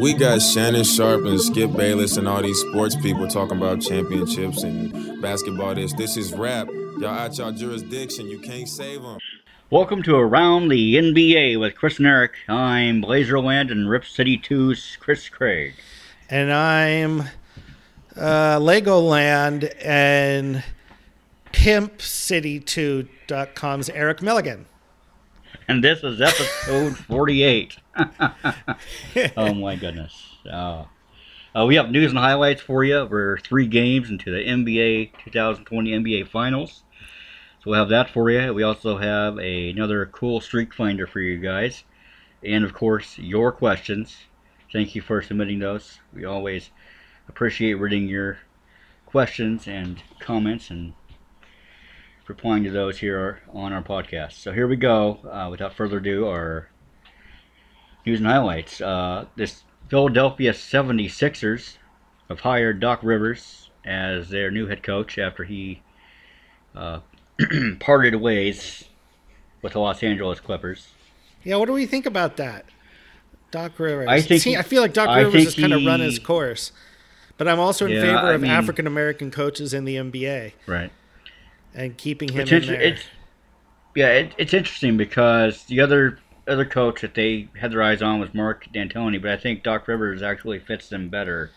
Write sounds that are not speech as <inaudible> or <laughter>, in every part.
We got Shannon Sharp and Skip Bayless and all these sports people talking about championships and basketball. This, this is rap. Y'all out y'all jurisdiction. You can't save them. Welcome to Around the NBA with Chris and Eric. I'm Blazerland and Rip City 2's Chris Craig. and I'm uh, Legoland and PimpCity2.com's Eric Milligan. And this is episode 48. oh my goodness. Uh, uh, we have news and highlights for you. We're three games into the NBA 2020 NBA Finals. So we'll have that for you. We also have a- another cool streak finder for you guys. And of course, your questions. Thank you for submitting those. We always appreciate reading your questions and comments and replying to those here on our podcast. So here we go. Uh, without further ado, our news and highlights. Uh, this Philadelphia 76ers have hired Doc Rivers as their new head coach after he uh, <clears throat> parted ways with the Los Angeles Clippers. Yeah, what do we think about that? Doc Rivers. I think See, he- I feel like Doc I Rivers think has kind of run his he- course, but I'm also in Yeah, favor I of mean- African American coaches in the NBA Right. and keeping him It's in inter- there. it's- yeah, it, it's interesting because the other other coach that they had their eyes on was Mark D'Antoni, but I think Doc Rivers actually fits them better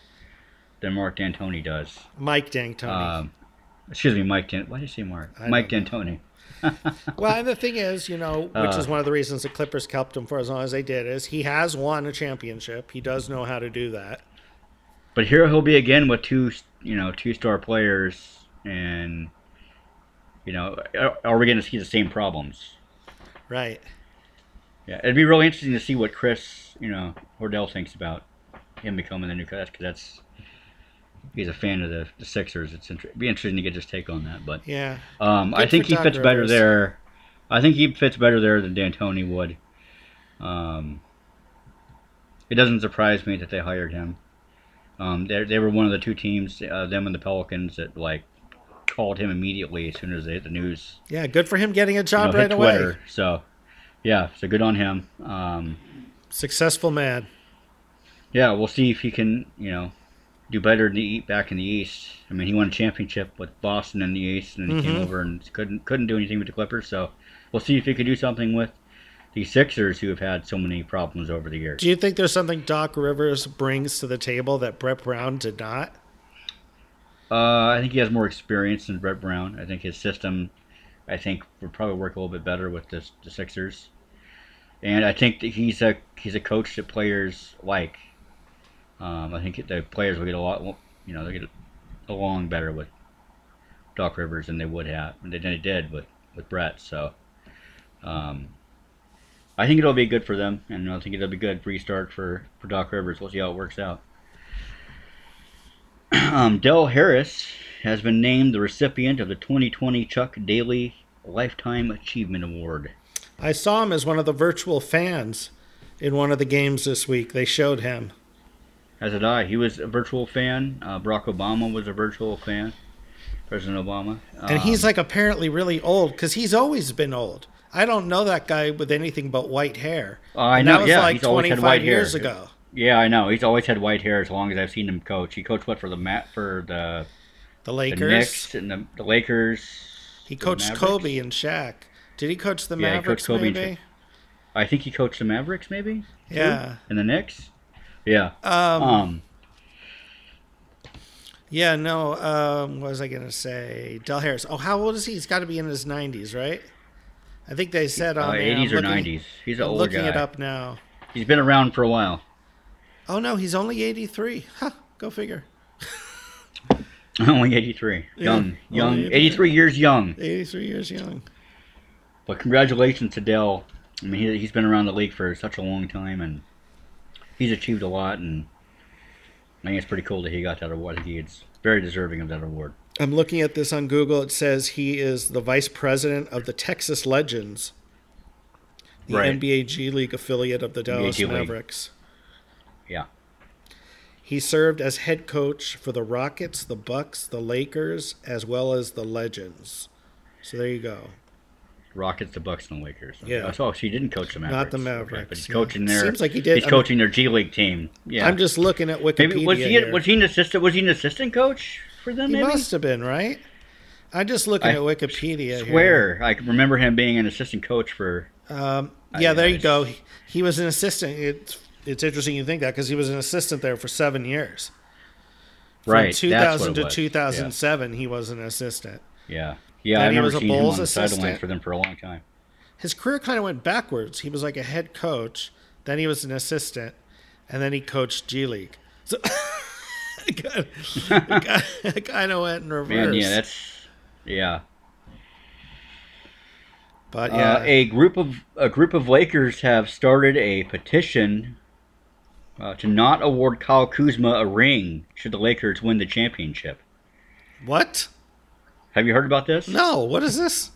than Mark D'Antoni does. Mike D'Antoni. Um, <laughs> excuse me, Mike. Dan- Why did you say Mark? I Mike D'Antoni. well, and the thing is, you know, which Uh. is one of the reasons the Clippers kept him for as long as they did, is he has won a championship. He does know how to do that. But here he'll be again with two, you know, two star players, and you know, are, are we going to see the same problems? Right. Yeah, it'd be really interesting to see what Chris, you know, Hordell thinks about him becoming the new coach because that's he's a fan of the, the Sixers. It's inter- it'd be interesting to get his take on that, but. Yeah. Um, I Good think for he Doc fits better Rivers. there. I think he fits better there than D'Antoni would. Um, it doesn't surprise me that they hired him. Um, they they were one of the two teams, uh, them and the Pelicans, that like called him immediately as soon as they, the news Yeah, good for him getting a you know, job hit right Twitter. away. So, yeah, so good on him. Um, Successful man. yeah, we'll see if he can, you know, do better in the E- back in the East. I mean, he won a championship with Boston in the East, and then he came over and couldn't couldn't do anything with the Clippers. So we'll see if he can do something with the Sixers, who have had so many problems over the years. Do you think there's something Doc Rivers brings to the table that Brett Brown did not? Uh, I think he has more experience than Brett Brown. I think his system, I think, would probably work a little bit better with the, the Sixers. And I think that he's a he's a coach that players like. Um, I think the players will get a lot, you know, they get along better with Doc Rivers than they would have, and they, they did with with Brett. So, um, I think it'll be good for them, and I think it'll be good restart for for Doc Rivers. We'll see how it works out. Um, Dell Harris has been named the recipient of the 2020 Chuck Daly Lifetime Achievement Award. I saw him as one of the virtual fans in one of the games this week. They showed him. As did I. He was a virtual fan. Uh, Barack Obama was a virtual fan. President Obama. And he's like apparently really old because he's always been old. I don't know that guy with anything but white hair. Uh, I and know, that was yeah, like he's always had 25 white hair. years ago. yeah, I know. He's always had white hair as long as I've seen him coach. He coached what for the mat for the, The the Lakers. Knicks and the, the Lakers. he the coached Mavericks. Kobe and Shaq. Did he coach the Yeah, he coached Mavericks Kobe and maybe? I think he coached the Mavericks, maybe. too, Yeah. And the Knicks. Yeah. Um, um Yeah, no. Um, what was I gonna say? Del Harris. Oh, how old is he? He's got to be in his nineties, right? I think they said uh, on there, Oh, I'm 80s or looking- 90s. He's an I'm old looking guy. it up now. He's been around for a while. Oh no, he's only eighty-three. Huh, go figure. <laughs> Only 83. Young. only Young. 83. 83 years young. Eighty-three years young. But congratulations to Dell. I mean, he, he's been around the league for such a long time, and he's achieved a lot, and I think it's pretty cool that he got that award. I think He's very deserving of that award. I'm looking at this on Google. It says he is the vice president of the Texas Legends, the Right. NBA G League affiliate of the Dallas G League. Mavericks. Yeah. He served as head coach for the Rockets, the Bucks, the Lakers, as well as the Legends. So there you go. Rockets, the Bucks, and the Lakers. Yeah. Oh, so she didn't coach the Mavericks. Not the Okay, Mavericks, but he's yeah. coaching their. Seems like he did. He's I'm- coaching their G League team. Yeah. I'm just looking at Wikipedia. maybe was he here. was he an assistant? Was he an assistant coach for them? He maybe. must have been right. I'm just looking I at Wikipedia. here. Swear, I can remember him being an assistant coach for. Um, yeah, there Ah, you I- go. He, he was an assistant. It's it's interesting you think that because he was an assistant there for seven years. From Right, 2000 that's what it to was. 2007, he was an assistant. Yeah, yeah, Then I he remember was a seeing him Bulls on the sidelines assistant. for them for a long time. His career kind of went backwards. He was like a head coach, then he was an assistant, and then he coached G League. So <laughs> <laughs> it kind of went in reverse. Man, yeah, that's yeah. but yeah, Uh, a group of a group of Lakers have started a petition uh, to not award Kyle Kuzma a ring should the Lakers win the championship. what? Have you heard about this? No, what is this?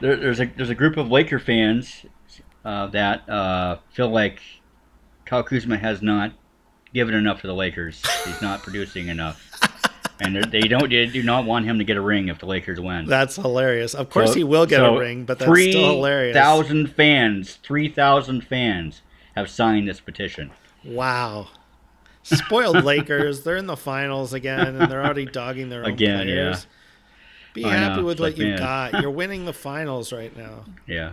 There, there's a there's a group of Laker fans uh, that uh, feel like Kyle Kuzma has not given enough to the Lakers. He's not producing <laughs> enough, and they're- they don't they do not want him to get a ring if the Lakers win. That's hilarious. Of course, he will get a ring, but that's still hilarious. Thousand fans, three thousand fans have signed this petition. Wow. <laughs> Spoiled Lakers. They're in the finals again, and they're already dogging their own Again, yeah. players. Be I happy know. with It's what like, you man. got. You're winning the finals right now. Yeah,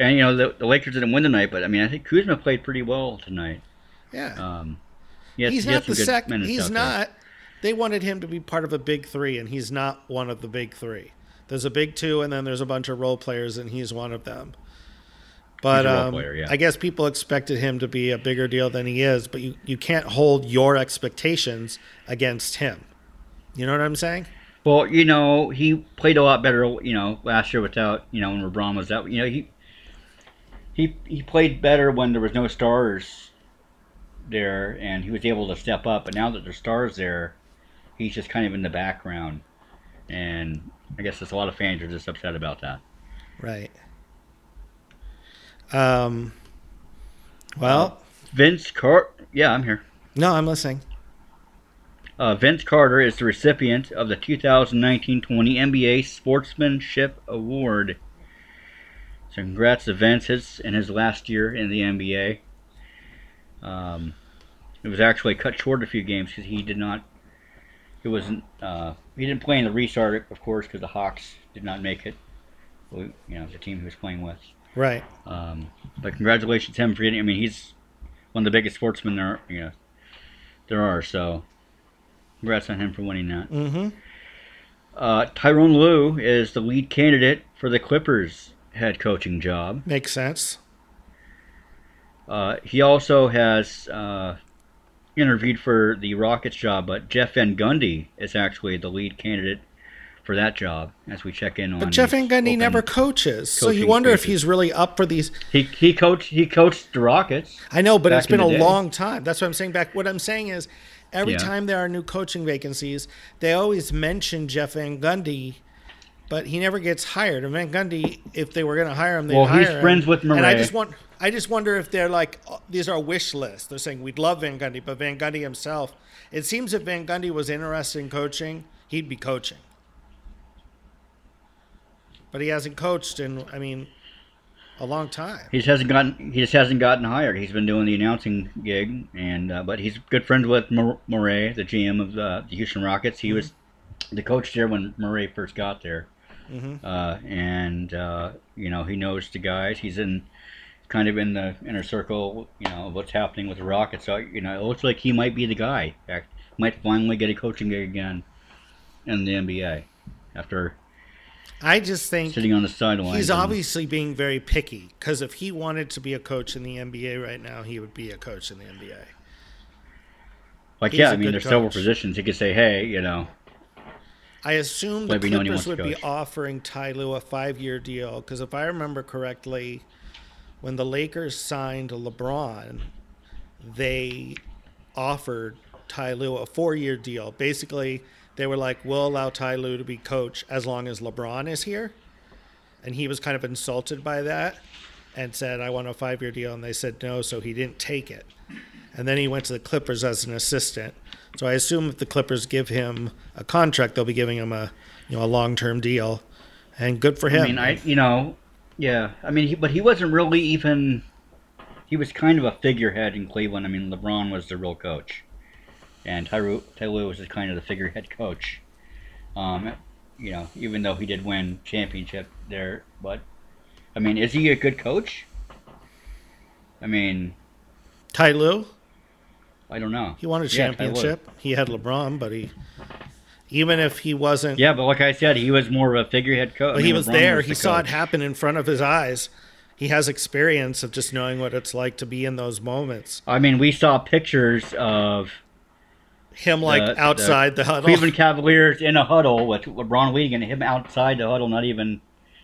and you know the, the Lakers didn't win tonight, but I mean I think Kuzma played pretty well tonight. Yeah. Um, he has- he's he has not the some good second. minutes He's out there. not. They wanted him to be part of a big three, and he's not one of the big three. There's a big two, and then there's a bunch of role players, and he's one of them. But He's a role um, player, yeah. I guess people expected him to be a bigger deal than he is, but you, you can't hold your expectations against him. You know what I'm saying? Well, you know, he played a lot better, you know, last year without, you know, when LeBron was out. You know, he he he played better when there was no stars there, and he was able to step up. But now that there's stars there, he's just kind of in the background, and I guess there's a lot of fans are just upset about that. Right. Um. Well, Vince Car, yeah, I'm here. no, I'm listening. Uh, Vince Carter is the recipient of the 2019-20 NBA Sportsmanship Award. So congrats to Vince his, in his last year in the NBA. Um, it was actually cut short a few games because he did not. It wasn't. Uh, he didn't play in the restart, of course, because the Hawks did not make it. Well, You know, the team he was playing with. Right. Um, but congratulations to him for getting. I mean, he's one of the biggest sportsmen there. You know, there are. So, congrats on him for winning that. Mm-hmm. Uh, Tyrone Lue is the lead candidate for the Clippers head coaching job. Makes sense. Uh, he also has uh, interviewed for the Rockets job, but Jeff Van Gundy is actually the lead candidate for that job. As we check in on, But Jeff these Van Gundy open- never coaches, so you coaching wonder if spaces. he's really up for these. he he coached he coached the Rockets. I know, but Back it's been in the a day. long time. That's what I'm saying. Back, what I'm saying is, every Yeah. time there are new coaching vacancies, they always mention Jeff Van Gundy, but he never gets hired. And Van Gundy, if they were going to hire him, they'd Well, hire he's him. friends with And I Murray. just want, I just wonder if they're like oh, these are wish lists. They're saying we'd love Van Gundy, but Van Gundy himself. It seems if Van Gundy was interested in coaching, he'd be coaching. But he hasn't coached in, I mean, a long time. He just hasn't gotten. He just hasn't gotten hired. He's been doing the announcing gig, and uh, but he's good friends with Mor- Murray, the GM of the, the Houston Rockets. He was the coach there when Murray first got there, Mm-hmm. uh, and uh, you know he knows the guys. He's in kind of in the inner circle, you know, of what's happening with the Rockets. So you know, it looks like he might be the guy. In fact, might finally get a coaching gig again in the NBA after I just think sitting on the sidelines. He's and- obviously being very picky because if he wanted to be a coach in the NBA right now, he would be a coach in the NBA. like he's yeah. a I mean, good there's several coach. positions he could say, hey, you know. I assume the Let me know when he Clippers would wants to be coach. offering Ty Lue a five-year deal because if I remember correctly, when the Lakers signed LeBron, they offered Ty Lue a four-year deal. Basically, they were like, "We'll allow Ty Lue to be coach as long as LeBron is here," and he was kind of insulted by that and said, "I want a five-year deal," and they said no, so he didn't take it. And then he went to the Clippers as an assistant. So I assume if the Clippers give him a contract, they'll be giving him a you know a long term deal, and good for him. I mean, I you know, yeah. I mean, he, but he wasn't really even. He was kind of a figurehead in Cleveland. I mean, LeBron was the real coach, and Tyro Tyloo was just kind of the figurehead coach. Um, you know, even though he did win championship there, but I mean, is he a good coach? I mean, Ty Lue, I don't know. he won a Yeah, Ty Lue. championship. he had LeBron, but he, even if he wasn't, Yeah, but like I said, he was more of a figurehead coach. but he was there. he saw it happen in front of his eyes. He has experience of just knowing what it's like to be in those moments. I mean, we saw pictures of Him like uh, the- the outside the, huddle. Cleveland Cavaliers in a huddle with LeBron Wigan and him outside the huddle, not even.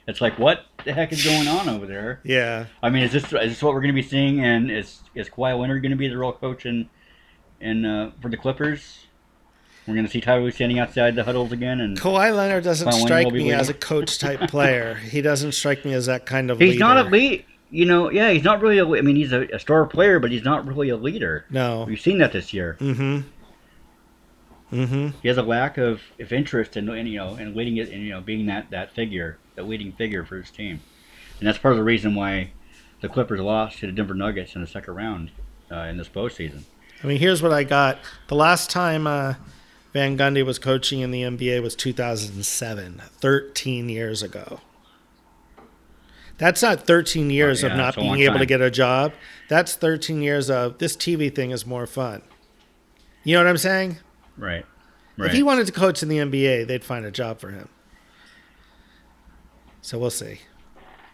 It's like, what the heck is going on over there? <laughs> yeah, I mean, is this is this what we're going to be seeing? And is is Kawhi Leonard going to be the real coach in in uh, for the Clippers? We're going to see Tyrese standing outside the huddles again, and Kawhi Leonard doesn't Kawhi Leonard strike will be me as a leading. <laughs> coach type player. he doesn't strike me as that kind of. he's leader. not a lead. You know, yeah, he's not really. A, le- I mean, he's a, a star player, but he's not really a leader. No. We've seen that this year. Mm-hmm. Mm-hmm. He has a lack of, of interest in, in you know in leading it and you know being that that figure, that leading figure for his team, and that's part of the reason why the Clippers lost to the Denver Nuggets in the second round uh, in this postseason. I mean, here's what I got. The last time uh, Van Gundy was coaching in the NBA was 2007, 13 years ago. That's not 13 years yeah, of not it's a being long able to time. get a job. That's 13 years of this TV thing is more fun. You know what I'm saying? Right. Right. If he wanted to coach in the NBA, they'd find a job for him. So we'll see.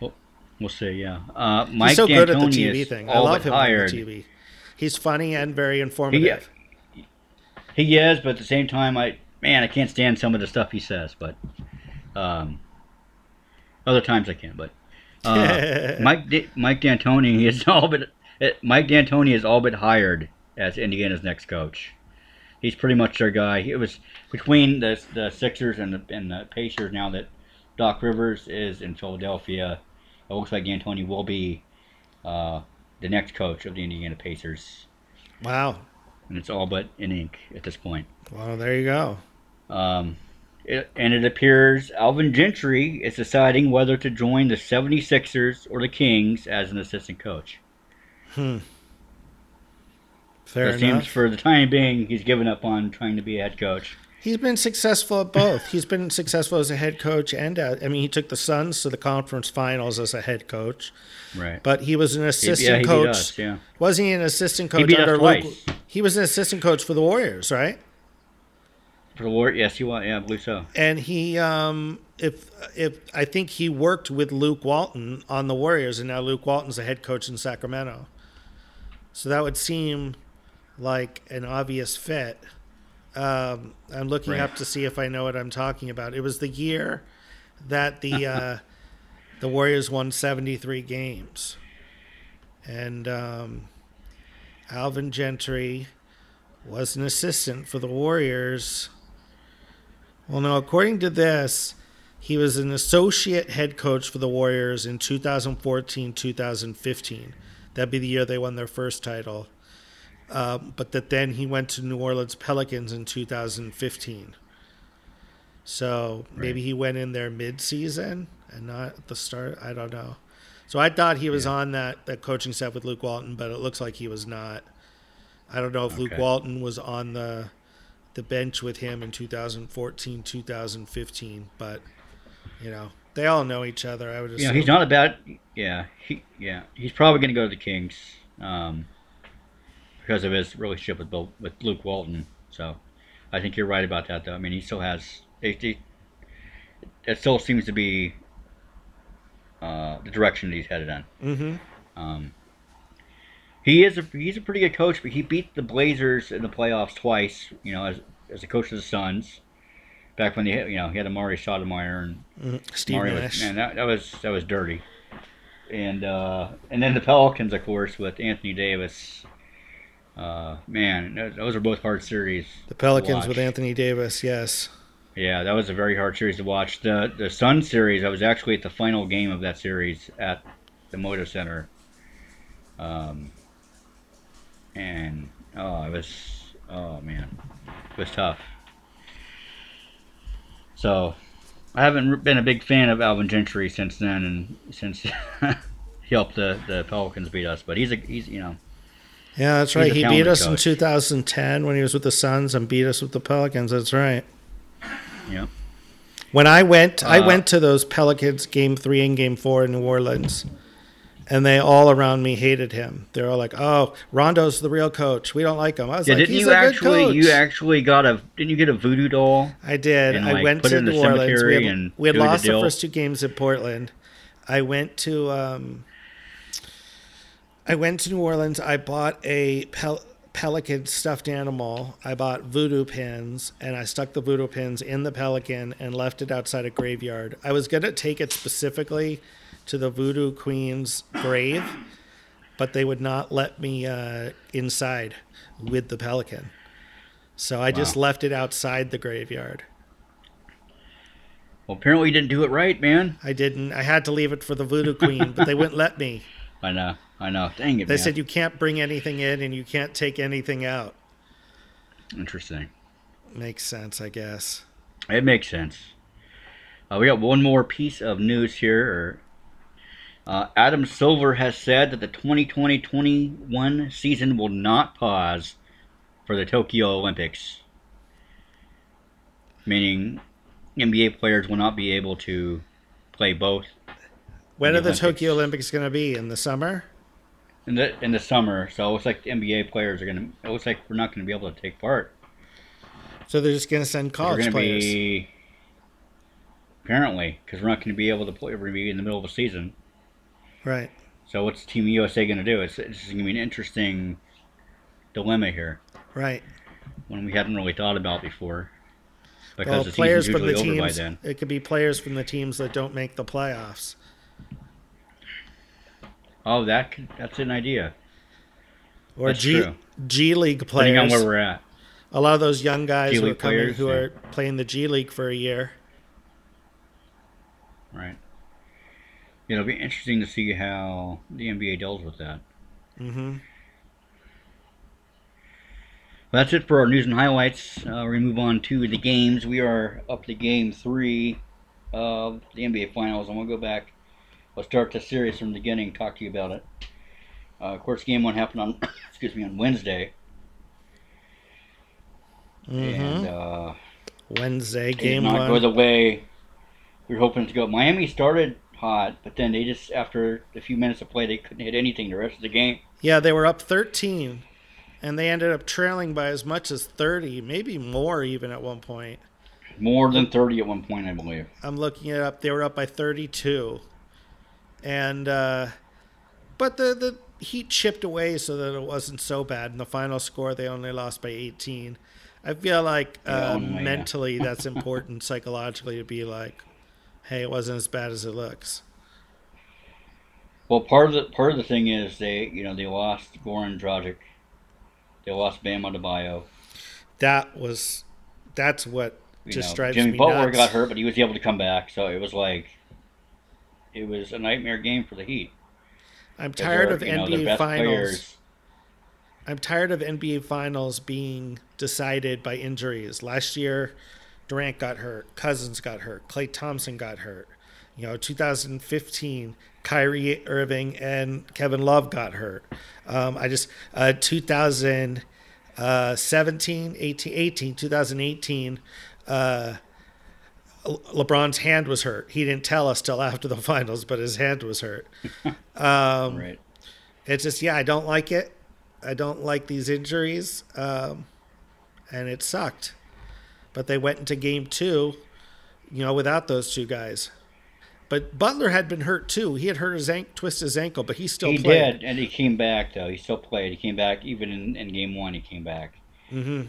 We'll see. Yeah. Uh, Mike He's so good at the D'Antoni TV is thing. I all love but him hired. uh, on the TV. He's funny and very informative. <laughs> He is, but at the same time, I man, I can't stand some of the stuff he says. But um, other times I can. <laughs> But uh, Mike D- Mike D'Antoni <laughs> is all but eh, Mike D'Antoni is all but hired as Indiana's next coach. He's pretty much their guy. It was between the the Sixers and the and the Pacers now that Doc Rivers is in Philadelphia. It looks like D'Antoni will be uh, the next coach of the Indiana Pacers, Wow. and it's all but in ink at this point. Well, there you go. Um, it, and it appears Alvin Gentry is deciding whether to join the 76ers or the Kings as an assistant coach. Fair it enough. seems for the time being, he's given up on trying to be a head coach. He's been successful at both. He's been successful as a head coach and uh, I mean he took the Suns to the conference finals as a head coach, Right. but he was an He- assistant yeah, he coach. beat us, yeah. Was he an assistant coach beat us under twice. Luke? He was an assistant coach for the Warriors, right? For the Lord, yes, he was. Yeah, I believe so. And he um if if I think he worked with Luke Walton on the Warriors and now Luke Walton's a head coach in Sacramento. So that would seem like an obvious fit. Um, I'm looking Right. up to see if I know what I'm talking about. It was the year that the uh, the Warriors won 73 games, and um, Alvin Gentry was an assistant for the Warriors. Well, no, according to this, he was an associate head coach for the Warriors in 2014 2015. That'd be the year they won their first title. Uh, but that then he went to New Orleans Pelicans in 2015. So maybe he went in there mid season and not at the start. I don't know. So I thought he was on that, that coaching staff with Luke Walton, but it looks like he was not. I don't know if Luke Okay. Walton was on the the bench with him in 2014, 2015, but you know, they all know each other. I would You assume. know, he's not a bad. Yeah, he yeah he's probably going to go to the Kings um, because of his relationship with Bill, with Luke Walton. So I think you're right about that, though. I mean, he still has it. it- it still seems to be uh, the direction that he's headed in. Mm-hmm. Um, he is a he's a pretty good coach, but he beat the Blazers in the playoffs twice. You know, as as a coach of the Suns, back when they had- you know he had Amari Stoudemire and Mm-hmm. Steve Mario was- Nash. man, that, that was that was dirty. And uh, and then the Pelicans, of course, with Anthony Davis. Uh, man, those- those are both hard series. the Pelicans to with watch. Anthony Davis. Yes. Yeah, that was a very hard series to watch. The the Sun series, I was actually at the final game of that series at the Moda Center. Um, and oh, it was oh man, it was tough. So I haven't been a big fan of Alvin Gentry since then, and since <laughs> he helped the, the Pelicans beat us. But he's a he's you know Yeah, that's He's right. a He beat talented us in coach. 2010 when he was with the Suns and beat us with the Pelicans. That's right. yeah When I went, I Uh, went to those Pelicans game three and game four in New Orleans, and they all around me hated him. They're all like, "Oh, Rondo's the real coach. We don't like him." I was yeah. like, Didn't "He's you a actually good coach." you actually got a didn't you get a voodoo doll? I did. and, I like, went put it to in the New Orleans. We cemetery had, and we had do the lost the, deal? first two games in Portland. I went to um, I went to New Orleans. I bought a pel- pelican stuffed animal. I bought voodoo pins, and I stuck the voodoo pins in the pelican and left it outside a graveyard. I was gonna take it specifically to the voodoo queen's grave, but they would not let me uh, inside with the pelican. So I just left it outside the graveyard. Well, apparently you didn't do it right, man. I didn't. I had to leave it for the voodoo queen, but they wouldn't <laughs> let me. I know, I know. Dang it, They man. said you can't bring anything in and you can't take anything out. Interesting. Makes sense, I guess. It makes sense. Uh, we got one more piece of news here. Uh, Adam Silver has said that the 2020-21 season will not pause for the Tokyo Olympics, meaning NBA players will not be able to play both When The are the Olympics. Tokyo Olympics going to be? In the summer? in the in the summer. So it looks like the NBA players are gonna. It looks like we're not gonna be able to take part. So they're just going to send we're college gonna players. be apparently because we're not gonna be able to play. We're gonna be in the middle of a season. Right. So what's Team USA going to do? It's, it's going to be an interesting dilemma here, Right. one we hadn't really thought about before, because Well, the players season's from usually the over by teams. then. It could be players from the teams that don't make the playoffs. Oh, that could, that's an idea. Or That's G true. G League Depending on where players. we're at. A lot of those young guys G who are League coming players, who yeah. are playing the G League for a year. Right. It'll be interesting to see how the NBA deals with that. Mm-hmm. Well, that's it for our news and highlights. Uh, we're going to move on to the games. We are up to game three of the NBA Finals. I'm going to go back. We'll start the series from the beginning, talk to you about it. Uh, of course, game one happened on, <coughs> excuse me, on Wednesday. Mm-hmm. And uh, Wednesday it did game not go one. the way we were hoping to go. Miami started hot, but then they just, after a few minutes of play, they couldn't hit anything the rest of the game. Yeah, they were up 13, and they ended up trailing by as much as 30, maybe more even at one point. More than 30 at one point, I believe. I'm looking it up. They were up by 32, and uh, but the the Heat chipped away so that it wasn't so bad. In the final score, they only lost by 18. I feel like uh, only, yeah. mentally <laughs> that's important psychologically to be like, hey, it wasn't as bad as it looks. Well, part of the part of the thing is they, you know, they lost Goran Dragic, they lost Bam Adebayo. That was that's what You just know, drives Jimmy me Butler nuts. got hurt, but he was able to come back, so it was like, it was a nightmare game for the Heat. I'm 'cause tired they're, of you know, their NBA best finals. players- I'm tired of NBA finals being decided by injuries. Last year, Durant got hurt, Cousins got hurt, Clay Thompson got hurt. You know, 2015, Kyrie Irving and Kevin Love got hurt. Um, I just, uh, 2017, 18, 18 2018, uh, Le- LeBron's hand was hurt. He didn't tell us till after the <laughs> finals, but his hand was hurt. Um, right. It's just yeah, I don't like it. I don't like these injuries, um, and it sucked. But they went into game two, you know, without those two guys. But Butler had been hurt too. He had hurt his ankle, twist his ankle, but he still He played. did, and he came back though. He still played. He came back even in, in game one. He came back, hmm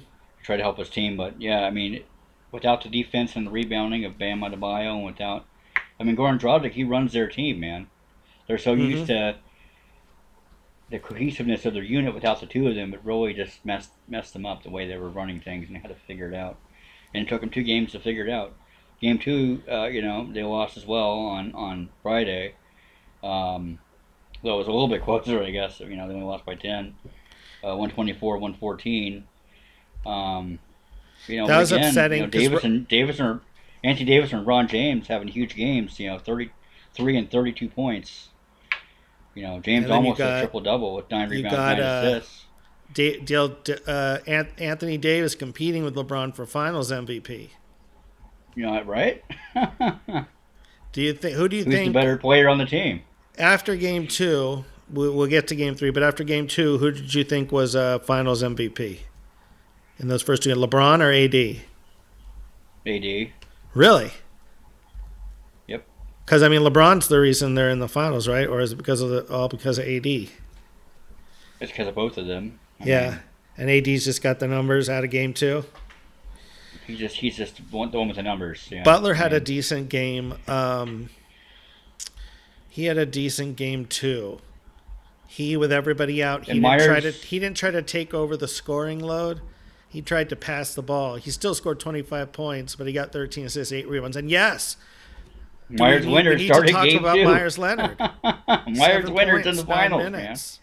tried to help his team, but yeah, I mean, without the defense and the rebounding of Bam Adebayo, and without, I mean, Goran Dragic, he runs their team, man. They're so used Mm-hmm. to the cohesiveness of their unit without the two of them. It really just messed messed them up the way they were running things and how to figure it out. And it took them two games to figure it out. Game two, uh, you know, they lost as well on on Friday. Um, though it was a little bit <laughs> closer, I guess. You know, they only lost by ten, uh, one twenty four, one fourteen. Um, you know, That was again, upsetting You know, 'cause Davis and Davis and Anthony Davis and Ron James having huge games. You know, 33 and 32 points. You know, James And then you almost had got- a triple double with nine you rebounds, got, nine uh, assists. Da- Dale, uh, An- Anthony Davis competing with LeBron for Finals MVP. You know, right? <laughs> Do you think? Who do you Who's the think better player on the team? after Game Two? We- We'll get to Game Three, but after Game Two, who did you think was uh, Finals MVP in those first two? LeBron or AD? AD. Really? Yep. Because I mean, LeBron's the reason they're in the finals, right? Or is it because of the all because of AD? It's because of both of them. I Yeah. mean, And AD's just got the numbers out of game two. he just he's just one, the one with the numbers. Yeah. Mm-hmm. Butler had a decent game. Um, he had a decent game too. He with everybody out. He And didn't try to Myers- he didn't try to take over the scoring load. He tried to pass the ball. He still scored 25 points, but he got 13 assists, eight rebounds. And yes, we Myers need- we Leonard need to started talk game about two. <laughs> Myers Leonard. Myers Seven Leonard's in points, the nine finals, man. minutes.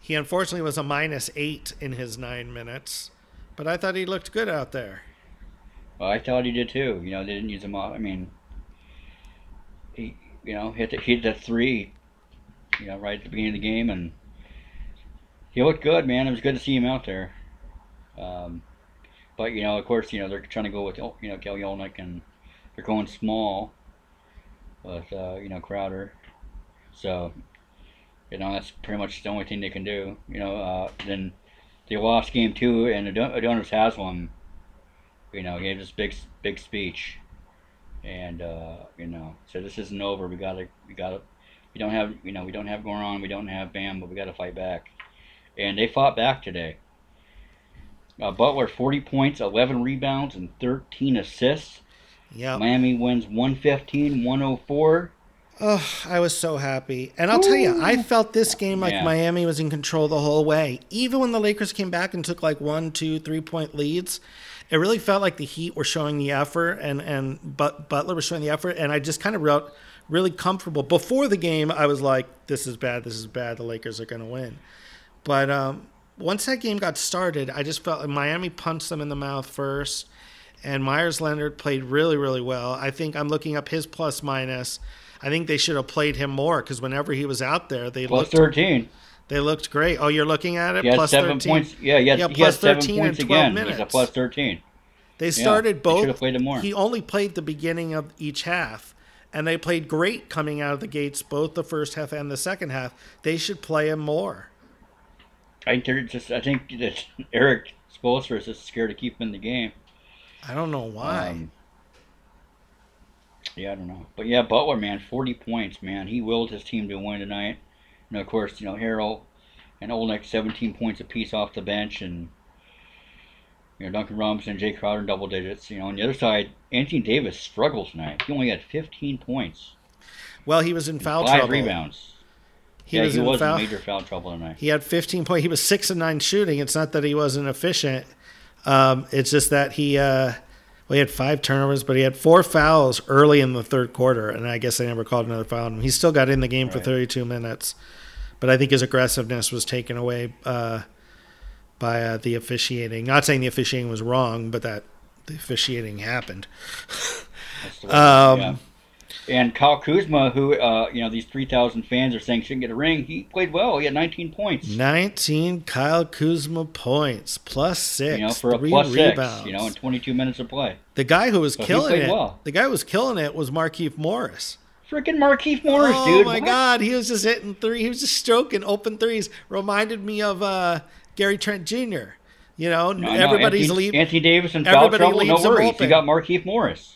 He unfortunately was a minus eight in his nine minutes, but I thought he looked good out there. Well, I thought he did too. You know, they didn't use him out. I mean, he, you know, hit the, hit that three, you know, right at the beginning of the game, and he looked good, man. It was good to see him out there. Um, but you know, of course, you know they're trying to go with you know Kelly Olynyk, and they're going small with uh, you know Crowder. So, you know, that's pretty much the only thing they can do. You know, uh, then they lost game two, and Adon- Adonis Haslam you know, gave this big big speech, and uh, you know, said this isn't over. We gotta, we gotta, we don't have, you know, we don't have going on. We don't have Bam, but we gotta fight back. And they fought back today. Uh, Butler 40 points, 11 rebounds, and 13 assists. Yeah. Miami wins 115, 104. Oh, I was so happy. And I'll tell you, I felt this game like Yeah. Miami was in control the whole way. Even when the Lakers came back and took like one, two, three point leads, it really felt like the Heat were showing the effort and, and but Butler was showing the effort. And I just kind of felt really comfortable. Before the game, I was like, this is bad. This is bad. The Lakers are going to win. But um, once that game got started, I just felt like Miami punched them in the mouth first. And Myers Leonard played really, really well. I think I'm looking up his plus minus. I think they should have played him more because whenever he was out there, they Plus looked 13. they looked great. Oh, you're looking at it. He had Plus seven 13. points. Yeah, he had, Yeah, he plus had seven 13 in points 12 again. He's a minutes. plus 13. They started they both. should've played him more. He only played the beginning of each half, and they played great coming out of the gates, both the first half and the second half. They should play him more. I think they're just, I think that <laughs> Eric Spoelstra is just scared to keep him in the game. I don't know why. Um, yeah, I don't know, but yeah, Butler, man, forty points, man. He willed his team to win tonight. And of course, you know Harrell and Olnick, seventeen points apiece off the bench, and you know Duncan Robinson, and Jay Crowder in double digits. You know, on the other side, Anthony Davis struggled tonight. He only had fifteen points, well, he was in foul five trouble. rebounds. He yeah, was he in was foul. in major foul trouble tonight. He had 15 point. He was six and nine shooting. It's not that he wasn't efficient. Um, it's just that he uh, well, he had five turnovers, but he had four fouls early in the third quarter, and I guess they never called another foul. on him. He still got in the game for Right. 32 minutes, but I think his aggressiveness was taken away uh, by uh, the officiating. Not saying the officiating was wrong, but that the officiating happened. That's the way- Um, yeah. And Kyle Kuzma, who uh, you know these three thousand fans are saying shouldn't get a ring, he played well. He had nineteen points. 19 Kyle Kuzma points plus six, you know, for a three plus rebounds. six, you know, in 22 minutes of play. The guy who was So he killing played it, well. the guy who was killing it was Markeith Morris. Freaking Markeith Morris, oh dude. my What? God, he was just hitting three. He was just stroking open threes. Reminded me of uh, Gary Trent Jr. You know, No, I know. everybody's Anthony, leaving, Anthony Davis in foul everybody trouble. No leaves him worries. open. You got Markeith Morris.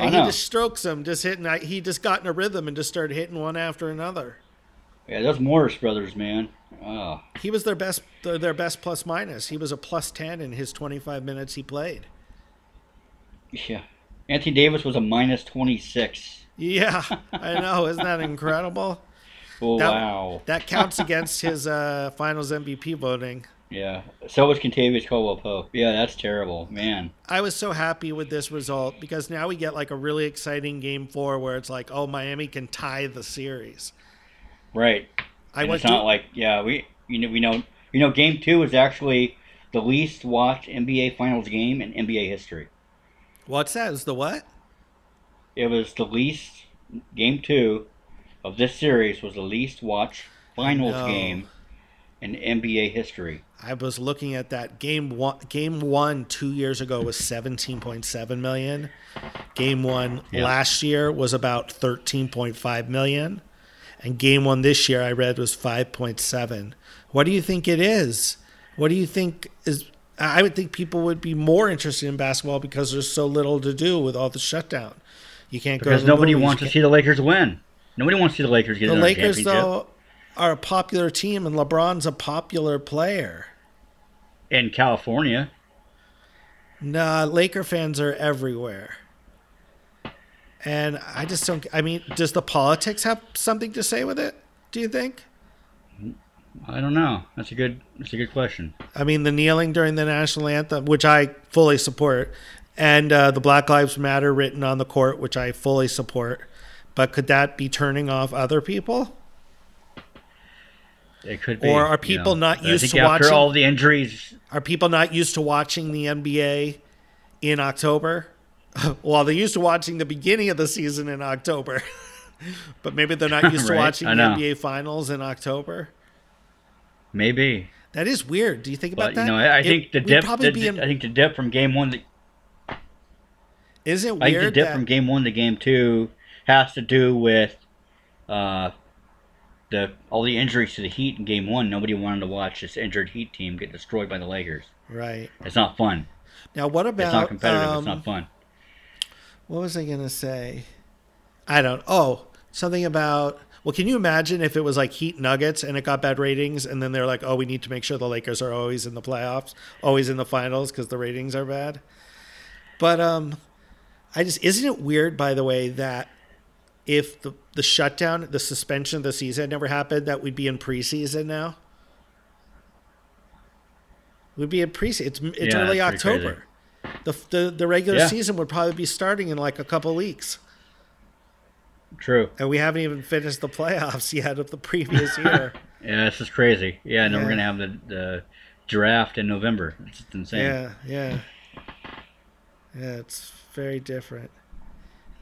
I and he know. just strokes them, just hitting. I- He just got in a rhythm and just started hitting one after another. Yeah, those Morris brothers, man. Oh, He was their best, their their best plus minus. He was a plus ten in his twenty five minutes he played. yeah. Anthony Davis was a minus 26. Yeah, I know. Isn't that incredible? Oh, That- wow. That counts against his uh, Finals MVP voting. Yeah. So was Contavious Caldwell Pope. Yeah, that's terrible, man. I was so happy with this result because now we get like a really exciting game four where it's like, oh, Miami can tie the series. Right. I And went it's not to- like yeah, we you know we know you know game two is actually the least watched NBA Finals game in NBA history. What's that? Is the what? It was the least game two of this series was the least watched finals No. game in NBA history. I was looking at that game one. Game one two years ago was seventeen point seven million. Game one Yeah. last year was about thirteen point five million, and game one this year I read was five point seven. What do you think it is? What do you think is? I I would think people would be more interested in basketball because there's so little to do with all the shutdown. You can't go Because to the nobody movies, wants you to see the Lakers win. Nobody wants to see the Lakers get the another Lakers championship. though are a popular team, and LeBron's a popular player. In California, Nah, Laker fans are everywhere, and I just don't. I mean, does the politics have something to say with it? Do you think? I don't know. That's a good. That's a good question. I mean, the kneeling during the national anthem, which I fully support, and uh, the Black Lives Matter written on the court, which I fully support. But could that be turning off other people? It could be. Or are you people know. not But I used think to after watching- all the injuries? Are people not used to watching the NBA in October? <laughs> well, they're used to watching the beginning of the season in October, <laughs> but maybe <laughs> they're not used to Right, watching I the know. NBA finals in October. Maybe, That is weird. Do you think about but you that? know, I, I It- think the we'd dip. probably the- be in- I think the dip from game one. to- is it I think the weird dip that from game one to game two has to do with uh, the all the injuries to the Heat in game one. Nobody wanted to watch this injured Heat team get destroyed by the Lakers. right It's not fun. now? What about It's not competitive. Um, it's not fun. what was I gonna say? I don't. Oh, something about. Well, can you imagine if it was like Heat Nuggets and it got bad ratings, and then they're like, "Oh, we need to make sure the Lakers are always in the playoffs, always in the finals, because the ratings are bad." But um, I just isn't it weird, by the way, that if the the shutdown, the suspension of the season never happened, that we'd be in preseason now. We'd be in preseason. It's it's Yeah, early that's pretty October. The, the the regular Yeah. season would probably be starting in like a couple weeks, True. and we haven't even finished the playoffs <laughs> yet of <laughs> the previous year. Yeah, this is crazy. Yeah, and then Yeah. we're gonna have the, the draft in November. It's just insane. yeah, yeah, yeah. It's very different.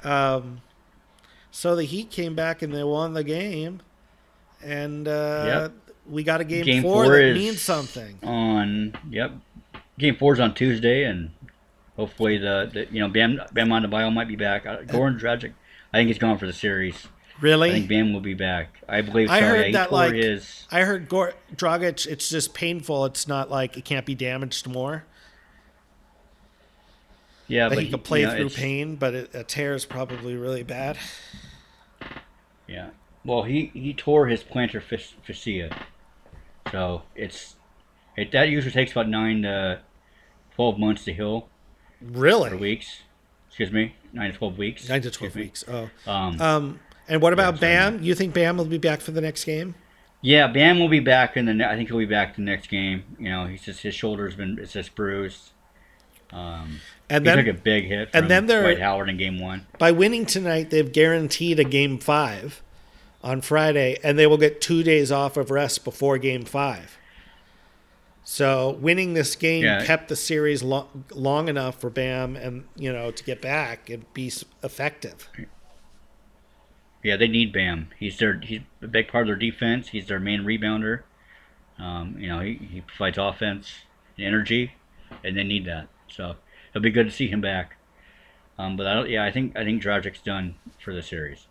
Um, so the Heat came back and they won the game, and uh, we got a game, Game four, four that is- means something. on yep game four is on tuesday and hopefully the, the you know bam bam on the bio might be back Uh, gordon tragic i think he's gone for the series i Really, think bam will be back i believe I so. heard yeah, he that, tore like- his I heard Gor- Dragic. It's just painful. It's not like it can't be damaged more. yeah Like but he could play you know, through it's- pain, but it, a tear is probably really bad. yeah well he he tore his plantar fas- fascia so it's it that usually takes about nine to 12 months to heal Really? or weeks excuse me nine to 12 weeks Nine to twelve Excuse me. weeks. Oh. um Um. And what about Yeah, so- Bam? You think Bam will be back for the next game? Yeah, Bam will be back in the. Ne- I think he'll be back the next game. You know, he's just his shoulder's been it's just bruised. Um, And he then took a big hit from and then there- Dwight Howard in game one. by winning tonight, they've guaranteed a game five on Friday, and they will get two days off of rest before game five. So winning this game Yeah. kept the series lo- long enough for Bam and you know to get back and be s- effective. Yeah, they need Bam. He's their he's a big part of their defense. He's their main rebounder. Um, you know, he, he provides offense and energy, and they need that. So it'll be good to see him back. Um, but I don't, yeah, I think I think Dragic's done for the series.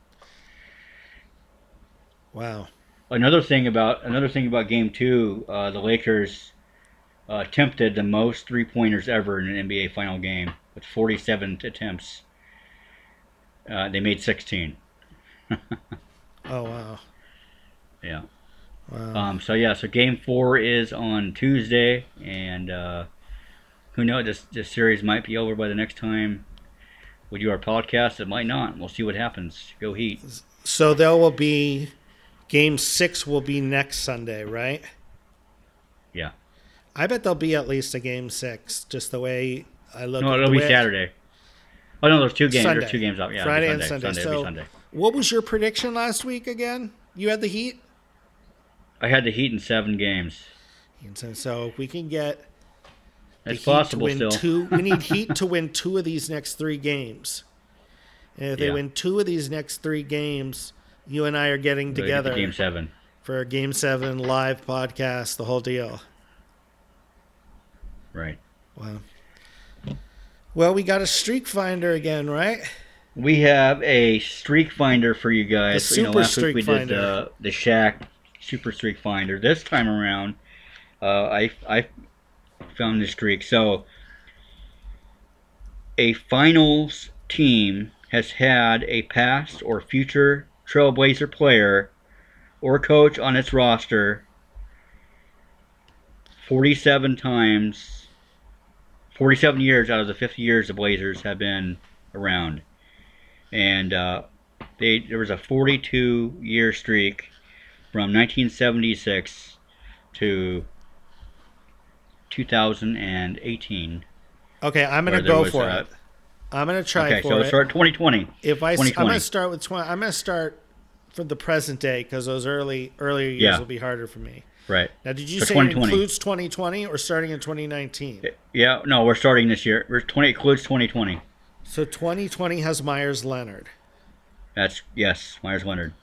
Wow. another thing about another thing about game two uh, the lakers uh, attempted the most three pointers ever in an nba final game with 47 attempts uh, they made 16 Oh wow. yeah Wow. um, so yeah so game four is on tuesday and uh, who knows this, this series might be over by the next time we do our podcast it might not we'll see what happens go heat So there will be game six will be next Sunday, right? yeah I bet there'll be at least a game six, just the way I look. no at it'll the be way- saturday oh no there's two games Sunday. there's two games up yeah it'll be Friday and Sunday. it'll be So, what was your prediction last week again? You had the Heat, I had the Heat in seven games. and so, so if we can get the It's Heat possible to win still. two. <laughs> We need Heat to win two of these next three games. And if they Yeah. win two of these next three games, you and I are getting They get to together Game seven. for a Game Seven live podcast, the whole deal. Right. Wow. Well, we got a streak finder again, right? We have a streak finder for you guys. The you know, super last streak week we did finder. the the Shaq super streak finder. This time around, uh, I I found the streak. So a finals team has had a past or future Trailblazer player or coach on its roster 47 times 47 years out of the 50 years the Blazers have been around. And uh, they there was a 42 year streak from 1976 to 2018. Okay, I'm where gonna there go was for a- it. I'm gonna try Okay, for so it. let's start 2020. if I, am 2020. gonna start with 20, I'm gonna start for the present day because those early earlier years Yeah. will be harder for me. Right. Now, did you So say 2020. it includes 2020 or starting in 2019? Yeah, no, we're starting this year. We're 20 includes 2020. So 2020 has Myers Leonard. That's yes, Myers Leonard.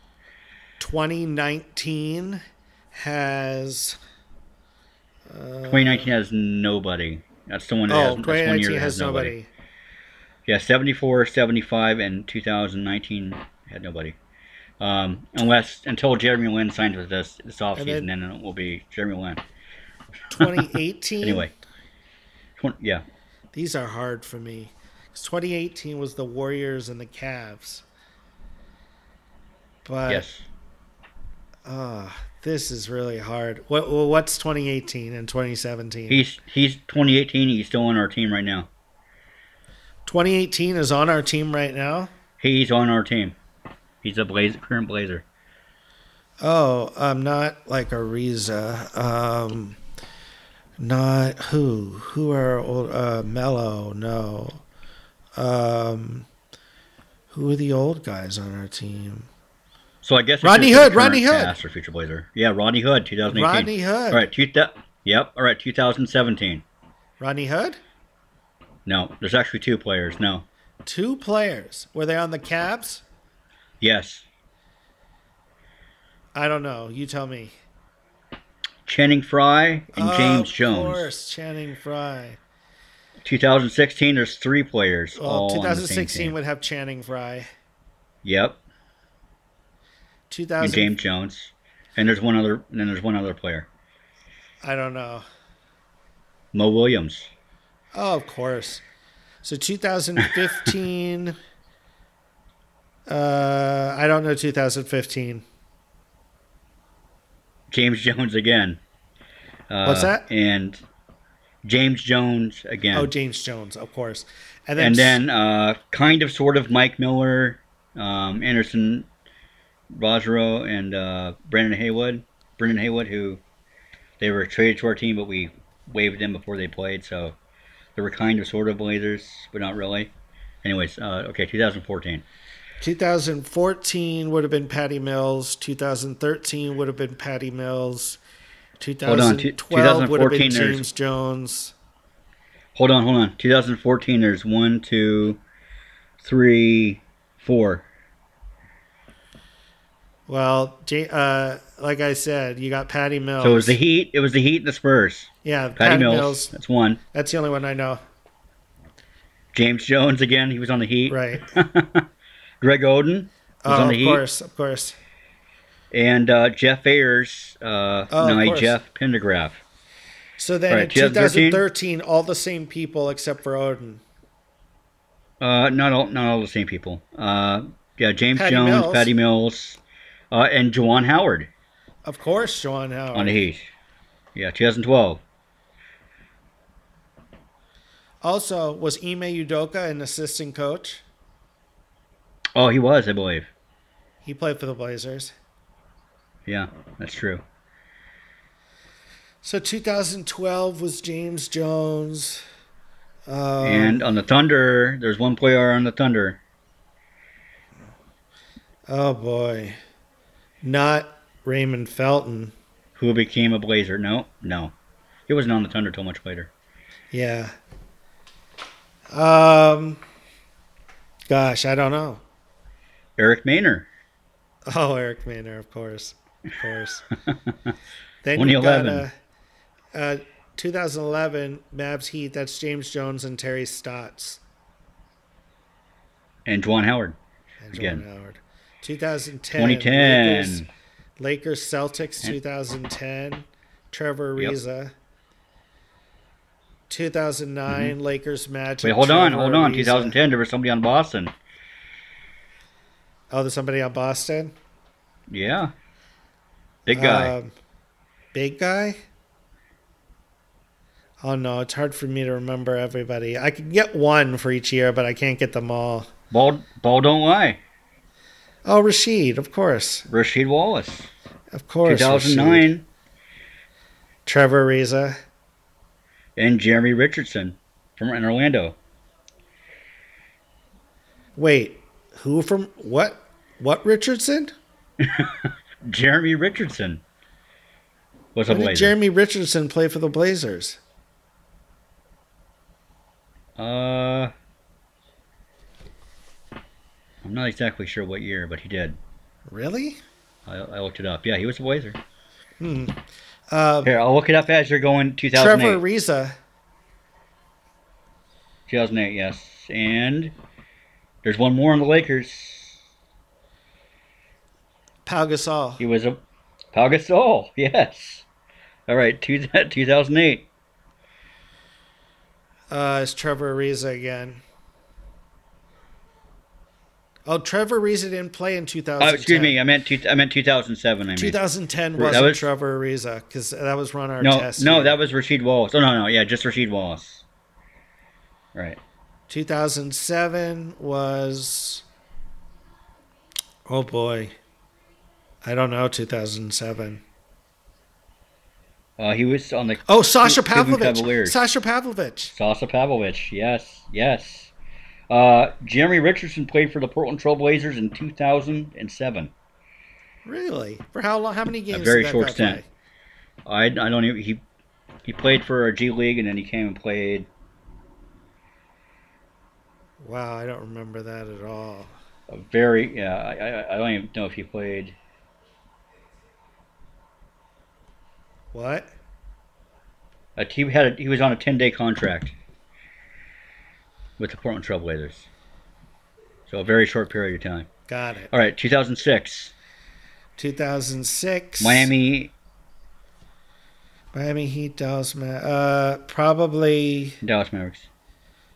2019 has 2019 has nobody. That's the one that Uh, has, oh that's one year 2019 that has nobody. <laughs> Yeah, 74, 75, and 2019 had nobody. Um, unless until Jeremy Lin signs with us this offseason, then- then, it will be Jeremy Lin. 2018. Anyway, Twen- yeah, these are hard for me. 'Cause 2018 was the Warriors and the Cavs. But yes. Ah, this is really hard. What well, what's 2018 and 2017? He's he's 2018. He's still on our team right now. 2018 is on our team right now. He's on our team. He's a blazer, current Blazer. Oh, I'm not like Ariza. Um, not who? Who are old? Uh, Mello? No. Um, who are the old guys on our team? So I guess Rodney it's just Hood, the current Rodney Hood. past or future Blazer. Yeah, Rodney Hood, 2018. Rodney Hood. All right, two thou- Yep. All right, 2017. Rodney Hood. No, there's actually two players. No. Two players. Were they on the Cavs? Yes, I don't know. You tell me. Channing Frye and James of Jones. course, Channing Frye. 2016, there's three players. Well, all 2016 2016 would have Channing Frye. Yep, and 2000. James Jones, and there's one other. And then there's one other player, I don't know. Mo Williams. <laughs> Oh, of course. So 2015. <laughs> uh, I don't know 2015. James Jones again. Uh, What's that? And James Jones again. Oh, James Jones, of course. And then, and then uh, kind of, sort of Mike Miller, um, Anderson, Rosero, and uh, Brandon Haywood. Brendan Haywood, who they were traded to our team, but we waived them before they played, so they were kind of, sort of Blazers, but not really. Anyways, uh, okay, 2014. 2014 would have been Patty Mills. 2013 would have been Patty Mills. Hold on, two- 2012 would have been 2014 there's- James Jones. Hold on, hold on. 2014. There's one, two, three, four. Well, J- uh, like I said, you got Patty Mills. So it was the Heat. It was the Heat and the Spurs. yeah, Patty, Mills, Mills. That's one. That's the only one I know. James Jones again. He was on the Heat. Right. Greg Oden was Oh, on of the Heat. course, of course. And uh, Jeff Ayers, uh, Oh, of nigh course. Jeff Pendergraph. So then Right, in 2013? 2013, all the same people except for Odin. Uh, not all, not all the same people. Uh, yeah, James Patty Jones, Mills. Patty Mills, uh, and Jawan Howard Of course, Sean Howard. on the Heat. Yeah, 2012. Also, was Ime Udoka an assistant coach? Oh, he was, I believe. He played for the Blazers. Yeah, that's true. So 2012 was James Jones. Uh, and on the Thunder, there's one player on the Thunder. oh boy, not Raymond Felton. who became a Blazer. No, no. He wasn't on the Thunder till much later. Yeah. Um. Gosh, I don't know. <laughs> Eric Maynor. <laughs> Oh, Eric Maynor, of course, of course. then you got 2011. uh, uh, 2011 Mavs Heat. That's James Jones and Terry Stotts and Juwan Howard. and Jordan Again. Howard. 2010. 2010. Lakers, Lakers Celtics 2010. Trevor Yep. Ariza. 2009 Lakers Magic. Mm-hmm. Wait, hold on, Trevor hold on. Ariza. 2010, there was somebody on Boston. Oh, there's somebody on Boston. Yeah. Big guy. Um, big guy? Oh no, it's hard for me to remember everybody. I can get one for each year, but I can't get them all. ball, ball don't lie. Oh, Rashid, of course, Rasheed Wallace. of course. 2009. Rashid. Trevor Ariza. And Jeremy Richardson from in Orlando. Wait, who from what? What Richardson? Jeremy Richardson was a When did Blazer. Jeremy Richardson play for the Blazers? uh, I'm not exactly sure what year, but he did. Really? I, I looked it up. Yeah, he was a Blazer. Uh, Here, I'll look it up as you're going. 2008. Trevor Ariza. 2008, yes. And there's one more on the Lakers. Pau Gasol. He was a Pau Gasol, <laughs> yes. All right, two, <laughs> 2008. Uh, it's Trevor Ariza again. Oh, Trevor Ariza didn't play in 2010. Oh, excuse me, I meant two, I meant 2007. I mean, 2010 That wasn't was- Trevor Ariza because that was Ron no, Artest. no, that was Rasheed Wallace. Oh no, no, yeah, just Rasheed Wallace. Right. 2007 was. Oh boy, I don't know 2007. Uh, he was on the Oh, Sasha Cleveland Pavlovich. Cavaliers. Sasha Pavlovich. Sasa Pavlovich. Yes, yes. Uh, Jeremy Richardson played for the Portland Trail Blazers in 2007. Really? For how long? How many games? very did that short guy stint. play? I, I don't even he he played for a G League and then he came and played Wow, I don't remember that at all. a very yeah I, I, I don't even know if he played What? a, uh, he had a, he was on a ten day contract with the Portland Trailblazers so a very short period of time Got it. all right 2006 2006. Miami Miami Heat. Dallas. Ma- uh, probably. Dallas Mavericks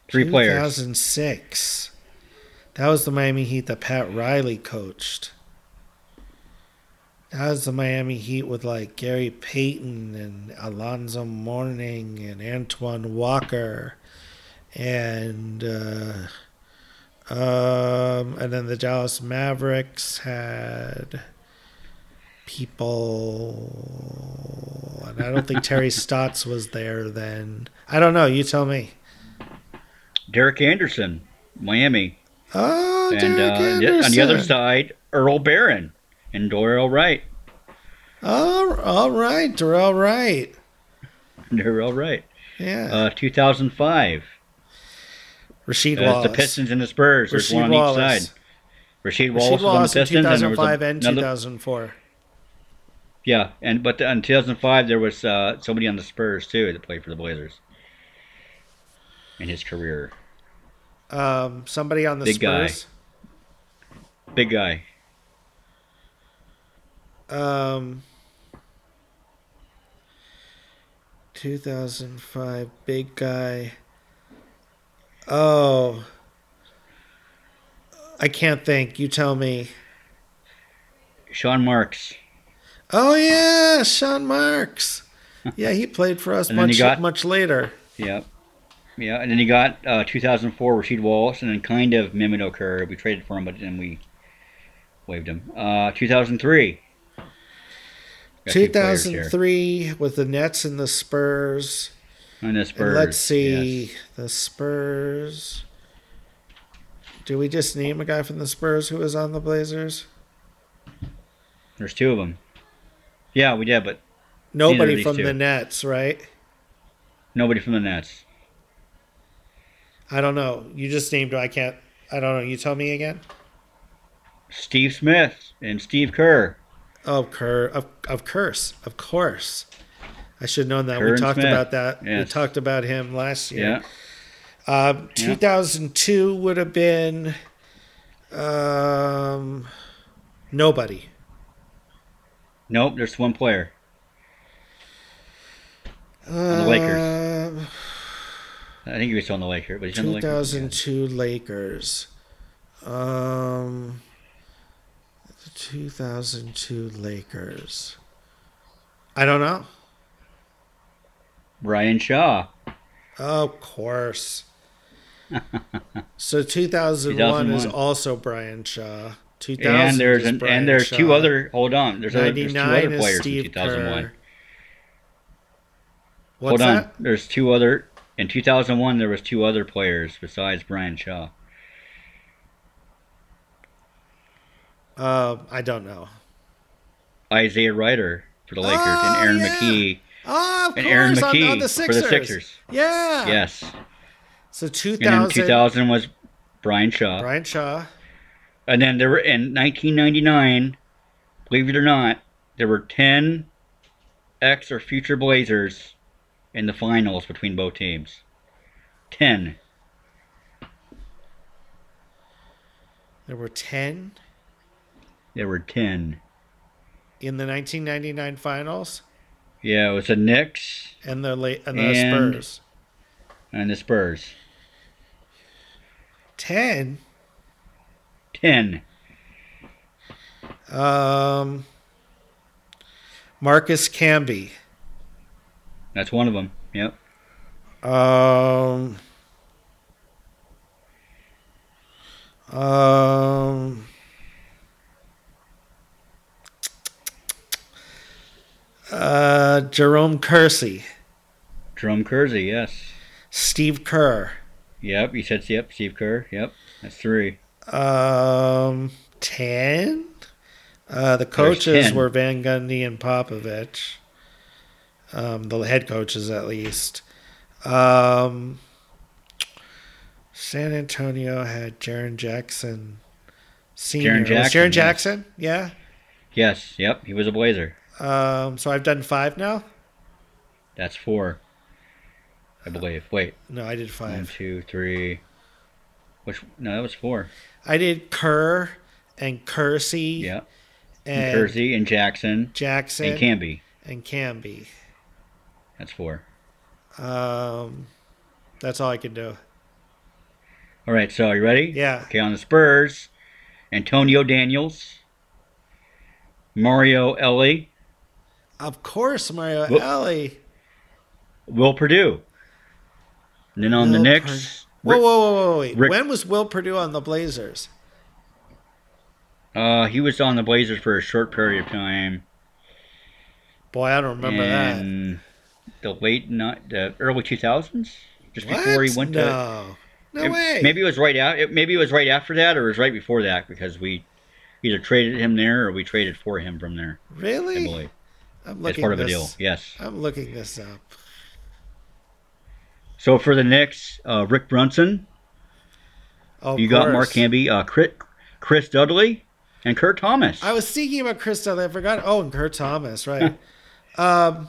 three players 2006. That was the Miami Heat that Pat Riley coached. That was the Miami Heat with like Gary Payton and Alonzo Mourning and Antoine Walker, and uh, um, and then the Dallas Mavericks had people, and I don't <laughs> think Terry Stotts was there then. I don't know. You tell me. Derek Anderson Miami Oh, and Derek uh, the- on the other Anderson. side Earl Barron and Doyle Wright <laughs> Oh, all right, Darrell Wright. Doyle Wright Yeah. uh, 2005 Rashid That's Wallace. uh, the Pistons and the Spurs. There's Rashid one on each Wallace. side. Rasheed Wallace, Rashid was on the Wallace in Pistons, and there was 2005 a- and another- 2004. yeah, and but in 2005 there was uh, somebody on the Spurs too that played for the Blazers in his career. Um, somebody on the Big guy. Spurs. Big guy. Um, 2005, big guy. Oh, I can't think. You tell me. Sean Marks. Oh yeah, Sean Marks. Yeah, he played for <laughs> us And then you much got- much later. Yeah. Yeah, and then he got uh, 2004 Rasheed Wallace, and then kind of Mimid Okur. We traded for him, but then we waived him. Uh, 2003. Got two players here. 2003 with the Nets and the Spurs. And the Spurs. And let's yes. see, the Spurs. Do we just name a guy from the Spurs who was on the Blazers? There's two of them. Yeah, we did, but Nobody these from two. the Nets, right? Nobody from the Nets. I don't know. You just named. I can't. I don't know. You tell me again. Steve Smith and Steve Kerr. Of Oh, cur of of course, of course. I should have known that. Kerr we and talked Smith. about that. We Yes. talked about him last year. Yeah. Um, 2002 would have been um, nobody. Nope, there's one player. the Lakers. Um, I think he was still on the Lakers, but he's on the Lakers. 2002 Lakers. Um, the 2002 Lakers. I don't know. Brian Shaw. <laughs> Of course. so 2001 is 2001. also Brian Shaw. 2000 And there's is an, Brian and there's two Shaw. other. Hold on, there's, other, there's two 99 other is players Steve in 2001. Kerr. Hold What's on, that? there's two other. In 2001, there was two other players besides Brian Shaw. Um, I don't know. Isaiah Ryder for the Lakers Oh, and Aaron yeah. McKee. Oh, of And course, Aaron on, on McKee the for Sixers. the Ah. Sixers. Yeah. Yes. So And then 2000, 2000 was Brian Shaw. Brian Shaw. And then there were in 1999, believe it or not, there were 10 ex or future Blazers in the finals between both teams. 10. There were 10 There were 10. in the 1999 finals Yeah, it was the Knicks and the late and the And- Spurs. and the Spurs. 10. 10. Um, Marcus Camby. That's one of them. Yep. Um, um, uh, Jerome Kersey, Jerome Kersey, yes. Steve Kerr, Yep, you said yep, Steve Kerr. Yep. That's three. um, 10. Uh, the coaches 10. were Van Gundy and Popovich, um, the head coaches at least. Um, San Antonio had Jaron Jackson Senior. Jaren Jaron Jackson, Jackson, Jaron Jackson, yeah. Yes, yep, he was a Blazer. Um, so I've done five now. That's four. I believe. Wait. No, I did One, five. two, three. Which no, that was four. I did Kerr and Kersey Yeah. And and Kersey and Jackson Jackson and Camby. and Camby. That's four. Um, that's all I can do. All right, so are you ready? Yeah. Okay, on the Spurs, Antonio Daniels, Mario Ellie, Of course, Mario Whoop. Ellie. Will Purdue. And then on the Will Knicks, Whoa, whoa, whoa, whoa, wait. Rick- When was Will Purdue on the Blazers? uh, he was on the Blazers for a short period of time. Boy, I don't remember that. in The late not the early two thousands, just What? before he went to no. No It- way. Maybe it was right out. It, maybe it was right after that, or it was right before that because we either traded him there or we traded for him from there. I really? believe I'm it's looking part of a this, deal. Yes. I'm looking this up. So for the Knicks, uh, Rick Brunson, Oh, you got Mark Camby, uh, Chris, Chris Dudley, and Kurt Thomas. I was thinking about Chris Dudley. I forgot. Oh, and Kurt <laughs> Thomas, right. um,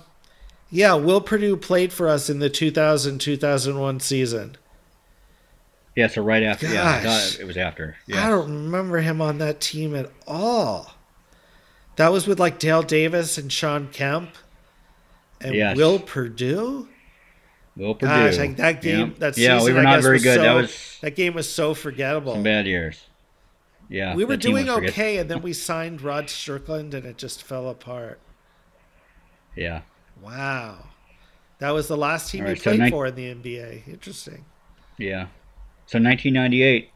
yeah, Will Purdue played for us in the 2000-2001 season. yeah. So right after. Yeah. I Gosh. thought It was after. I Yeah. don't remember him on that team at all. That was with like Dale Davis and Sean Kemp and Yes. Will Purdue. Will Purdue. Gosh, like that game, Yeah. that yeah, we season, were I not guess, very was good. that so- was That game was so forgettable. some bad years. Yeah. we were the team was doing forget- okay, and then we signed Rod Strickland, and it just fell apart. Yeah. Wow, that was the last team All we right, so played nine- for in the NBA. Interesting. Yeah. So 1998,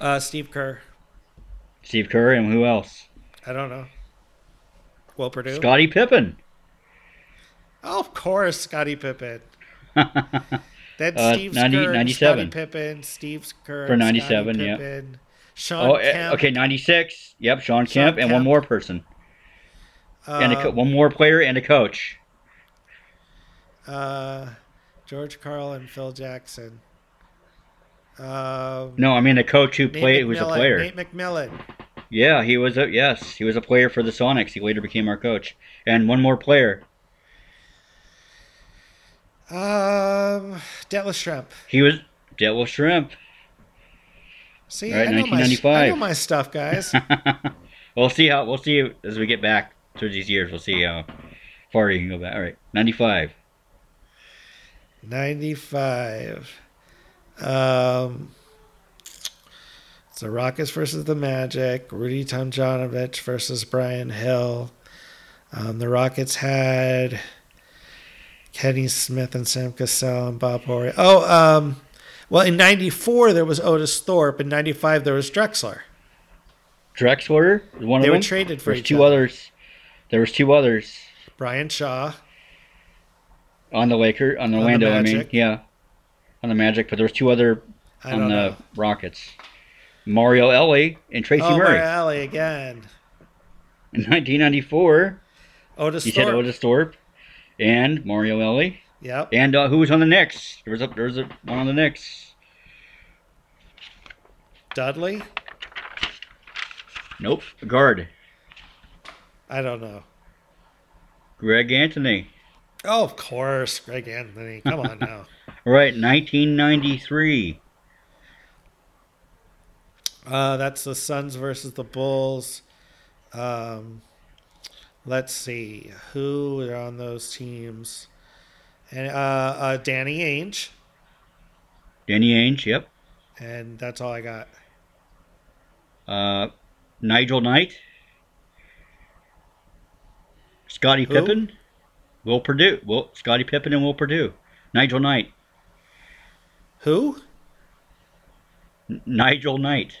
Uh, Steve Kerr. Steve Kerr and who else? I don't know. Will Purdue. Scottie Pippen. <laughs> Oh, of course, Scottie Pippen. Then Uh, Steve 90 Kerr, 97. Scottie Pippen, Steve Kerr, For 97, Scottie yeah. Pippen, Sean Oh, eh, Kemp. okay, 96. Yep, Sean Kemp, Sean and one Kemp. Um, more person. and a co- one more player and a coach. uh, George Carl and Phil Jackson. Uh, No, I mean the coach who Nate played who was a McMillan- player. Nate McMillan. Yeah, he was a yes, he was a player for the Sonics. He later became our coach. And one more player. Um, Dallas Shrimp. He was Devil Shrimp. <laughs> See, All right, I, know my, I 1995. know my stuff, guys. we'll see how we'll see as we get back through these years. We'll see how far you can go back. All right, ninety-five. 95. Um, it's the Rockets versus the Magic. Rudy Tomjanovich versus Brian Hill. Um, the Rockets had Kenny Smith and Sam Cassell and Bob Horry. Oh, um, well, in 94, there was Otis Thorpe. In 95, there was Drexler. Drexler, is one They of were them. traded for Mm-hmm. There's each two other. others. There was two others Brian Shaw. on the Laker on the the Orlando. I mean, Magic. yeah, on the Magic. But there was two other I on don't the know. Rockets. Mario Ellie and Tracy Oh, Murray. Murray Alley again. In 1994, Otis you Thorpe. said Otis Thorpe and Mario Ellie. Yep. And uh, who was on the Knicks? There was a, there was a, one on the Knicks. Dudley. Nope. A guard. I don't know. Greg Anthony. Oh, of course, Greg Anthony. Come on <laughs> now. All right, 1993. Uh, that's the Suns versus the Bulls. Um, let's see who are on those teams. And uh, uh, Danny Ainge, Danny Ainge, yep. and that's all I got. Uh, Nigel Knight. Scotty Who? Pippen. Will Purdue. Will Scotty Pippen and Will Purdue. Nigel Knight. Who? N- Nigel Knight.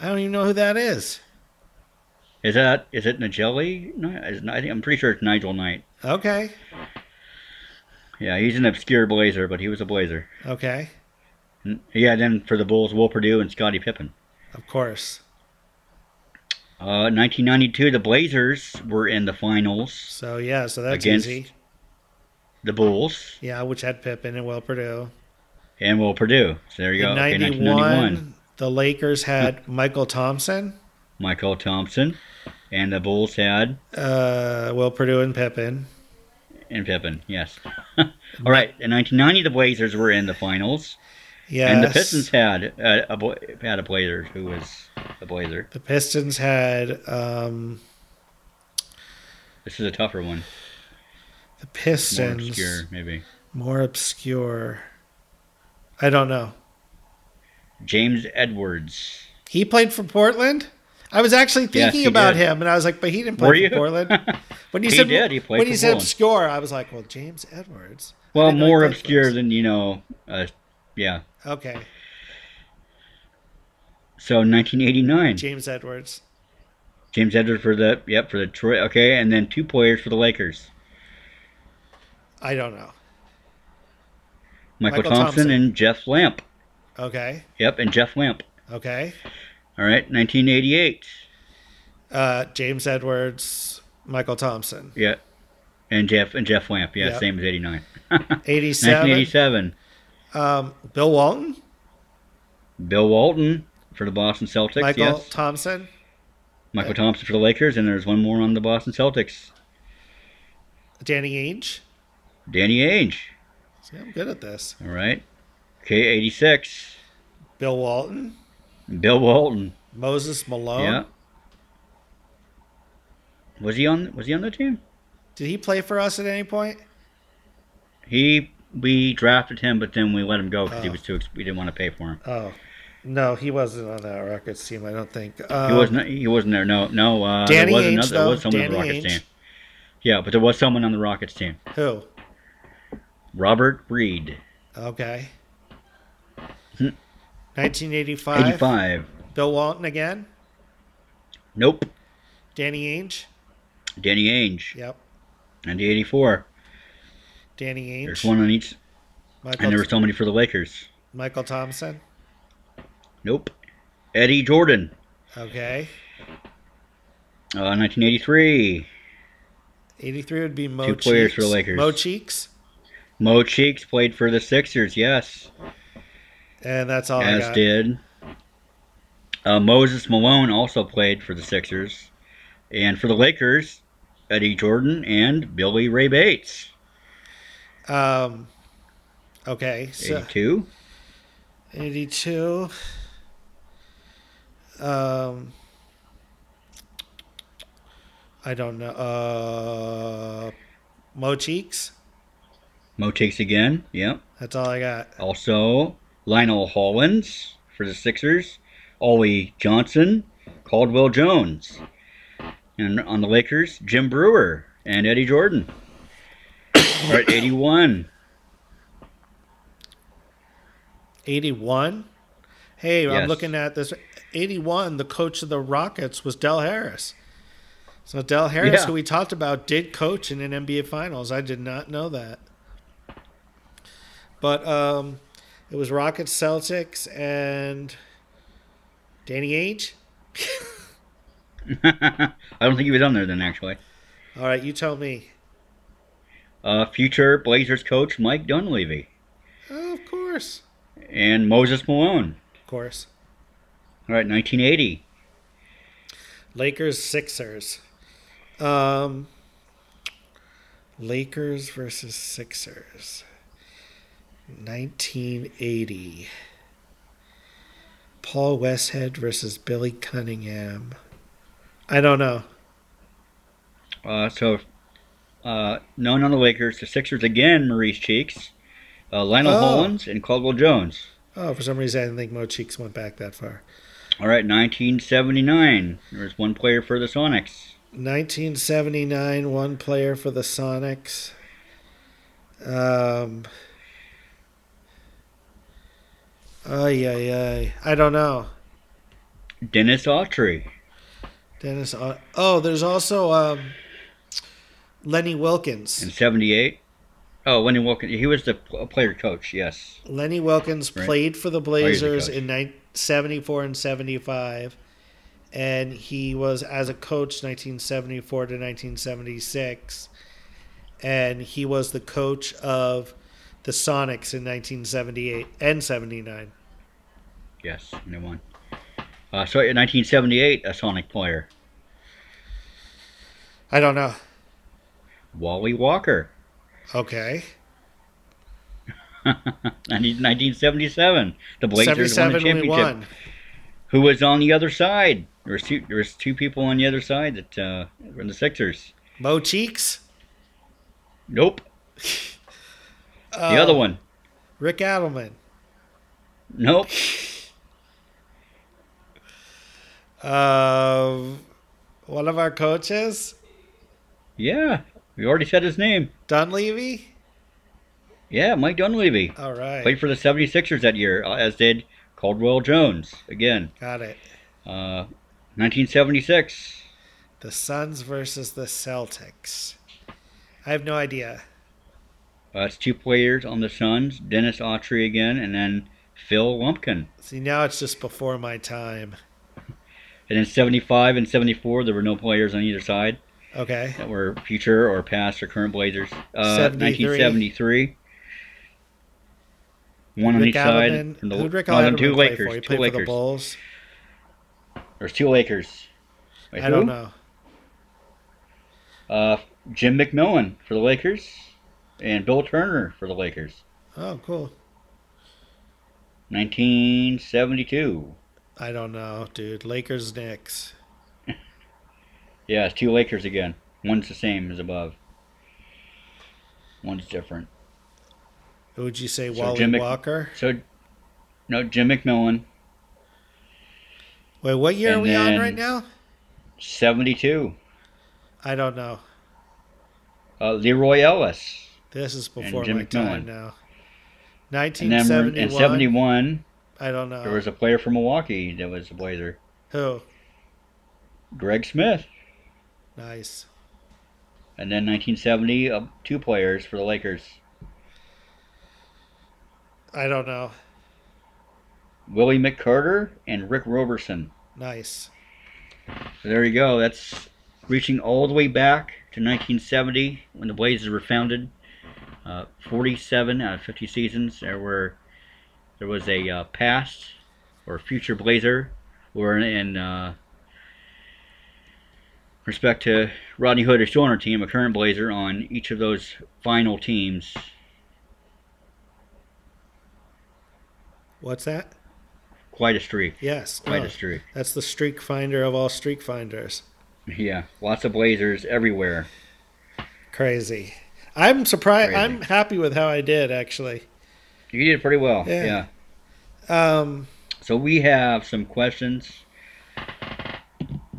I don't even know who that is. Is that is it Nigelli? No, is, I think, I'm pretty sure it's Nigel Knight. Okay, Yeah, he's an obscure Blazer, but he was a Blazer. okay, N- Yeah, then for the Bulls, Will Purdue and Scotty Pippen. of course. Uh, 1992, the Blazers were in the finals. So yeah, so that's Against- easy. The Bulls Yeah, which had Pippen and Will Purdue. and Will Purdue. So there you go. In Okay, 1991, '91, the <laughs> Lakers had Michael Thompson, Michael Thompson, and the Bulls had uh, Will Purdue, and Pippen. and Pippen. Yes. <laughs> All right. In 1990, the Blazers were in the finals, Yes. and the Pistons had uh, a bla- had a Blazer who was a Blazer. The Pistons had um, This is a tougher one, the more Pistons obscure maybe. more obscure. I don't know. James Edwards. He played for Portland. I was actually Yes, thinking he about did. him, and I was like, but he didn't Were play you? <laughs> for Portland. <laughs> When you He said did, he played when for you said Portland. obscure, I was like, well, James Edwards. I Well, didn't know he more played for obscure us. than you know. Uh, yeah. Okay, So 1989. James Edwards. James Edwards for the yep for the Troy okay, and then two players for the Lakers, I don't know. Michael, Michael Thompson, Thompson. and Jeff Lamp. Okay, Yep, and Jeff Lamp. okay. All right, 1988. Uh, James Edwards, Michael Thompson, Yeah, and Jeff and Jeff Lamp. Yeah, Yep. same as 89. <laughs> eighty-seven. 1987. Um, Bill Walton, Bill Walton for the Boston Celtics. Michael yes, Thompson. Michael Thompson for the Lakers, and there's one more on the Boston Celtics. Danny Ainge. Danny Ainge. See, I'm good at this. All right, okay, 86. Bill Walton, Bill Walton. Moses Malone. Yeah. Was he on? Was he on the team? Did he play for us at any point? He we drafted him, but then we let him go because he Oh. was too. ex- We didn't want to pay for him. Oh, no, he wasn't on that Rockets team. I don't think. He Um, wasn't. He wasn't there. No, no. Uh, Danny there was Ainge, another. There was though. someone on the Danny Rockets Ainge. team. Yeah, but there was someone on the Rockets team. Who? Robert Reed, Okay. Hmm. 1985. eighty-five. Bill Walton again. Nope. Danny Ainge. Danny Ainge, Yep. and the eighty-four. Danny Ainge. There's one on each, Michael, and there were so many for the Lakers. Michael Thompson. Nope. Eddie Jordan, Okay. uh, nineteen eighty-three. 83 would be Mo Two players for the Cheeks. Lakers. Mo Cheeks. Mo Cheeks played for the Sixers. Yes. And that's all Oh, I as got. did uh, Moses Malone, also played for the Sixers, and for the Lakers, Eddie Jordan and Billy Ray Bates. Um, okay, so Eighty-two. 82. Um, I don't know. Uh, Mo Cheeks. Mo takes again. Yep. That's all I got. Also, Lionel Hollins for the Sixers, Ollie Johnson, Caldwell Jones, and on the Lakers, Jim Brewer and Eddie Jordan. All right, 81. 81. Hey, I'm Yes. looking at this. 81, the coach of the Rockets was Del Harris. So Del Harris, Yeah. who we talked about, did coach in an NBA Finals. I did not know that. But um, it was Rockets, Celtics, and Danny Ainge. <laughs> <laughs> I don't think he was on there then, actually. All right, you tell me. Uh, future Blazers coach Mike Dunleavy Oh, of course, and Moses Malone. of course. All right, 1980. Lakers, Sixers. Um, Lakers versus Sixers. 1980. Paul Westhead versus Billy Cunningham. I don't know. Uh, so, uh, known on the Lakers, the Sixers again, Maurice Cheeks, uh, Lionel Oh. Hollins, and Caldwell Jones. Oh, for some reason I didn't think Mo Cheeks went back that far. All right, 1979. There was one player for the Sonics. 1979, one player for the Sonics. Um, ay, ay, ay. I don't know. Dennis Autry. Dennis. Au- Oh, there's also um, Lenny Wilkins. In 78. Oh, Lenny Wilkins. He was the pl- player coach, yes. Lenny Wilkins Right. played for the he's the Blazers coach. in nine- 74 and 75. And he was as a coach 1974 to 1976. And he was the coach of the Sonics in 1978 and 79. Yes, and they won. Uh, so, in 1978, a Sonic player, I don't know. Wally Walker. <laughs> Okay. 1977, the Blazers won the 77 championship. we won. Who was on the other side? There was two, there was two people on the other side that uh, were in the Sixers. Mo Cheeks. Nope. Oh. the other one. Uh, Rick Adelman. Nope. Uh, one of our coaches, Yeah, we already said his name. Dunleavy. Yeah, Mike Dunleavy. All right, Played for the 76ers that year, uh, as did Caldwell Jones. Again, got it. uh, 1976. The Suns versus the Celtics. I have no idea. Uh, it's two players on the Suns, Dennis Autry again, and then Phil Lumpkin. See, now it's just before my time. And in 75 and 74, there were no players on either side Okay, that were future or past or current Blazers. Uh, 73. 1973. One on Rick each side. Adelman. from the- Who'd Rick no, then Adelman two play Lakers. for? He Two played for the Lakers. Bulls. There's two Lakers. Wait, I don't who? know. Uh, Jim McMillan for the Lakers, and Bill Turner for the Lakers. Oh, cool. 1972. I don't know, dude. Lakers, Knicks. Yeah, it's two Lakers again. One's the same as above. One's different. Who would you say? So Wally Jim Mc- Walker. So, no, Jim McMillan, Wait, what year And are we on then- right now? 72. I don't know. Uh, Leroy Ellis. This is before Jim my time McMillan. now. And then we're- in 1971. 71, I don't know. there was a player from Milwaukee that was a Blazer. Who? Greg Smith. Nice. And then 1970, uh, two players for the Lakers. I don't know. Willie McCarter and Rick Roberson. Nice. So there you go. That's reaching all the way back to 1970 when the Blazers were founded. Uh, 47 out of 50 seasons, there were There was a uh, past or future Blazer, or in, in uh, respect to Rodney Hood is still on our team, a current Blazer on each of those final teams. What's that? Quite a streak. Yes. Quite no. a streak. That's the streak finder of all streak finders. Yeah, lots of Blazers everywhere. Crazy. I'm surprised. Crazy. I'm happy with how I did actually. You did pretty well. Yeah. yeah. Um, So we have some questions.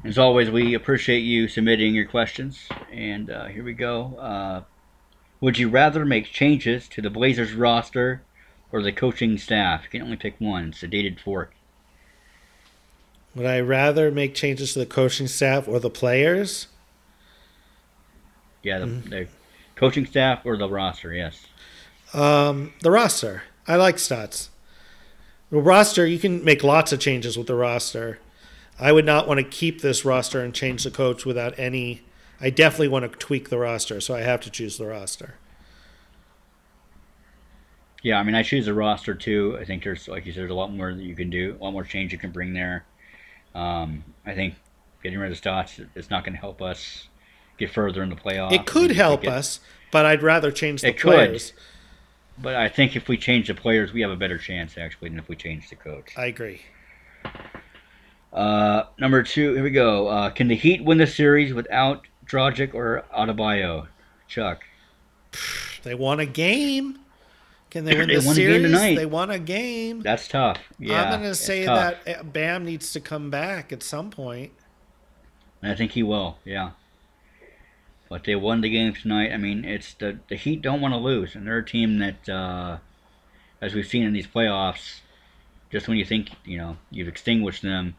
As always, we appreciate you submitting your questions. And uh, here we go. Uh, would you rather make changes to the Blazers roster or the coaching staff? You can only pick one. It's a dated fork. would I rather make changes to the coaching staff or the players? Yeah, the, Mm-hmm. the coaching staff or the roster. Yes. Um, the roster. I like stats. The roster, you can make lots of changes with the roster. I would not want to keep this roster and change the coach without any. I definitely want to tweak the roster, so I have to choose the roster. Yeah, I mean, I choose the roster too. I think there's, like you said, there's a lot more that you can do, a lot more change you can bring there. Um, I think getting rid of Stotts is not going to help us get further in the playoffs. It could We need to help get- us, but I'd rather change the It could. players. But I think if we change the players, we have a better chance actually than if we change the coach. I agree. Uh, number two, here we go. Uh, can the Heat win the series without Drogic or Adebayo? Chuck. They won a game. Can they win They the won a game series? tonight. They won a game. That's tough. Yeah, I'm going to it's say tough. that uh, Bam needs to come back at some point. And I think he will. Yeah. But they won the game tonight. I mean, it's the the Heat don't want to lose, and they're a team that, uh, as we've seen in these playoffs, just when you think you know you've extinguished them,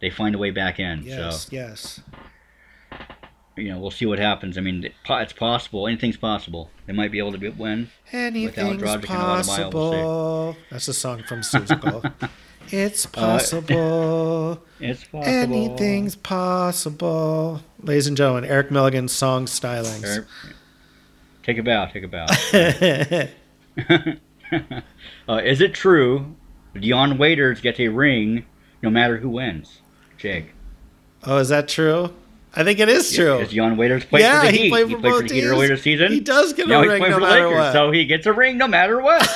they find a way back in. So Yes, yes. you know, we'll see what happens. I mean, it- po- it's possible. Anything's possible. They might be able to be, win. Anything's Drogic and Adebayo, possible. That's a song <laughs> from Suzuko. it's possible. It's Uh, <laughs> possible. Anything's possible. Ladies and gentlemen, Eric Milligan's song stylings. Er, Take a bow. Take <laughs> a bow. uh, is it true? Dion Waiters gets a ring, no matter who wins. Jake. oh, is that true? I think it is true. Is Dion Waiters played Yeah, for the he Heat? played he for played for both the Heat teams. earlier season. He does get a Now ring he's playing no for the matter Lakers, what. so he gets a ring no matter what. <laughs>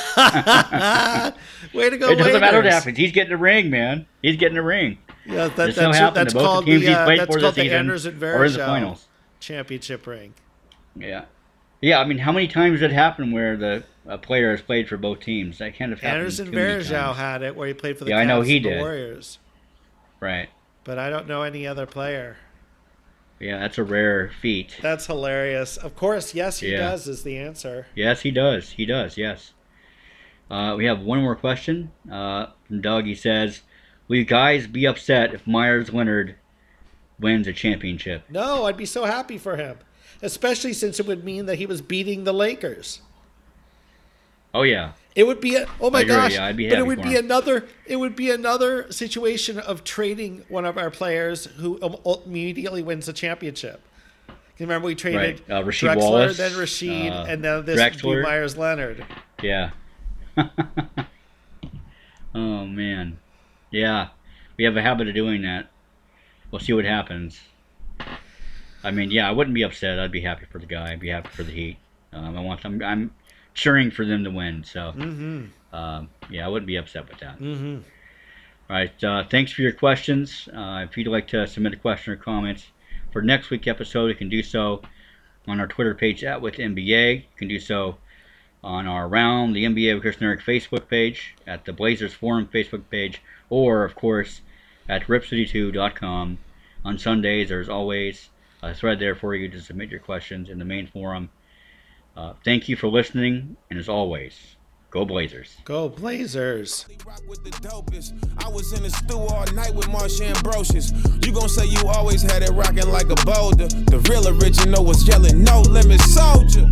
Way to go, it doesn't matter what Raiders. happens. He's getting a ring, man. He's getting a ring. Yeah, that, This that's, so happened that's to both called the teams the, uh, he's played that's for called this the season Anders and or in the Varejao finals. championship ring. Yeah, yeah. I mean, how many times did it happen where the a player has played for both teams? That kind of happens. Anders and Varejao had it, where he played for the Yeah, I know Cavs he and the did. Warriors. Right. But I don't know any other player. Yeah, that's a rare feat. That's hilarious. Of course, yes, he Yeah. does is the answer. Yes, he does. He does. Yes. Uh, we have one more question uh, from Doug. He says, "Will you guys be upset if Myers Leonard wins a championship?" No, I'd be so happy for him, especially since it would mean that he was beating the Lakers. Oh yeah, It would be a, oh my agree, gosh! yeah, I'd be but happy it would for be him. another it would be another situation of trading one of our players who im- immediately wins the championship. You remember we traded Right, uh, Rasheed Drexler, Wallace, then Rasheed, uh, and now this Drexler. Myers Leonard. yeah. <laughs> oh man, yeah. We have a habit of doing that. We'll see what happens. I mean, yeah, I wouldn't be upset. I'd be happy for the guy. I'd be happy for the Heat. Um, I want them. I'm cheering for them to win. So, um, yeah, I wouldn't be upset with that. Mm-hmm. All right. Uh, thanks for your questions. Uh, if you'd like to submit a question or comment for next week's episode, you can do so on our Twitter page at with NBA. You can do so on our Round the NBA with Chris and Eric Facebook page, at the Blazers Forum Facebook page, or of course at ripcity2.com. On Sundays, there's always a thread there for you to submit your questions in the main forum. Uh, thank you for listening, and as always, go Blazers. Go Blazers! Rock with the dopest. I was in the stew all night with Marsh Ambrosius. You gon' say you always had it rocking like a boulder. The real original was yelling, no limit soldier.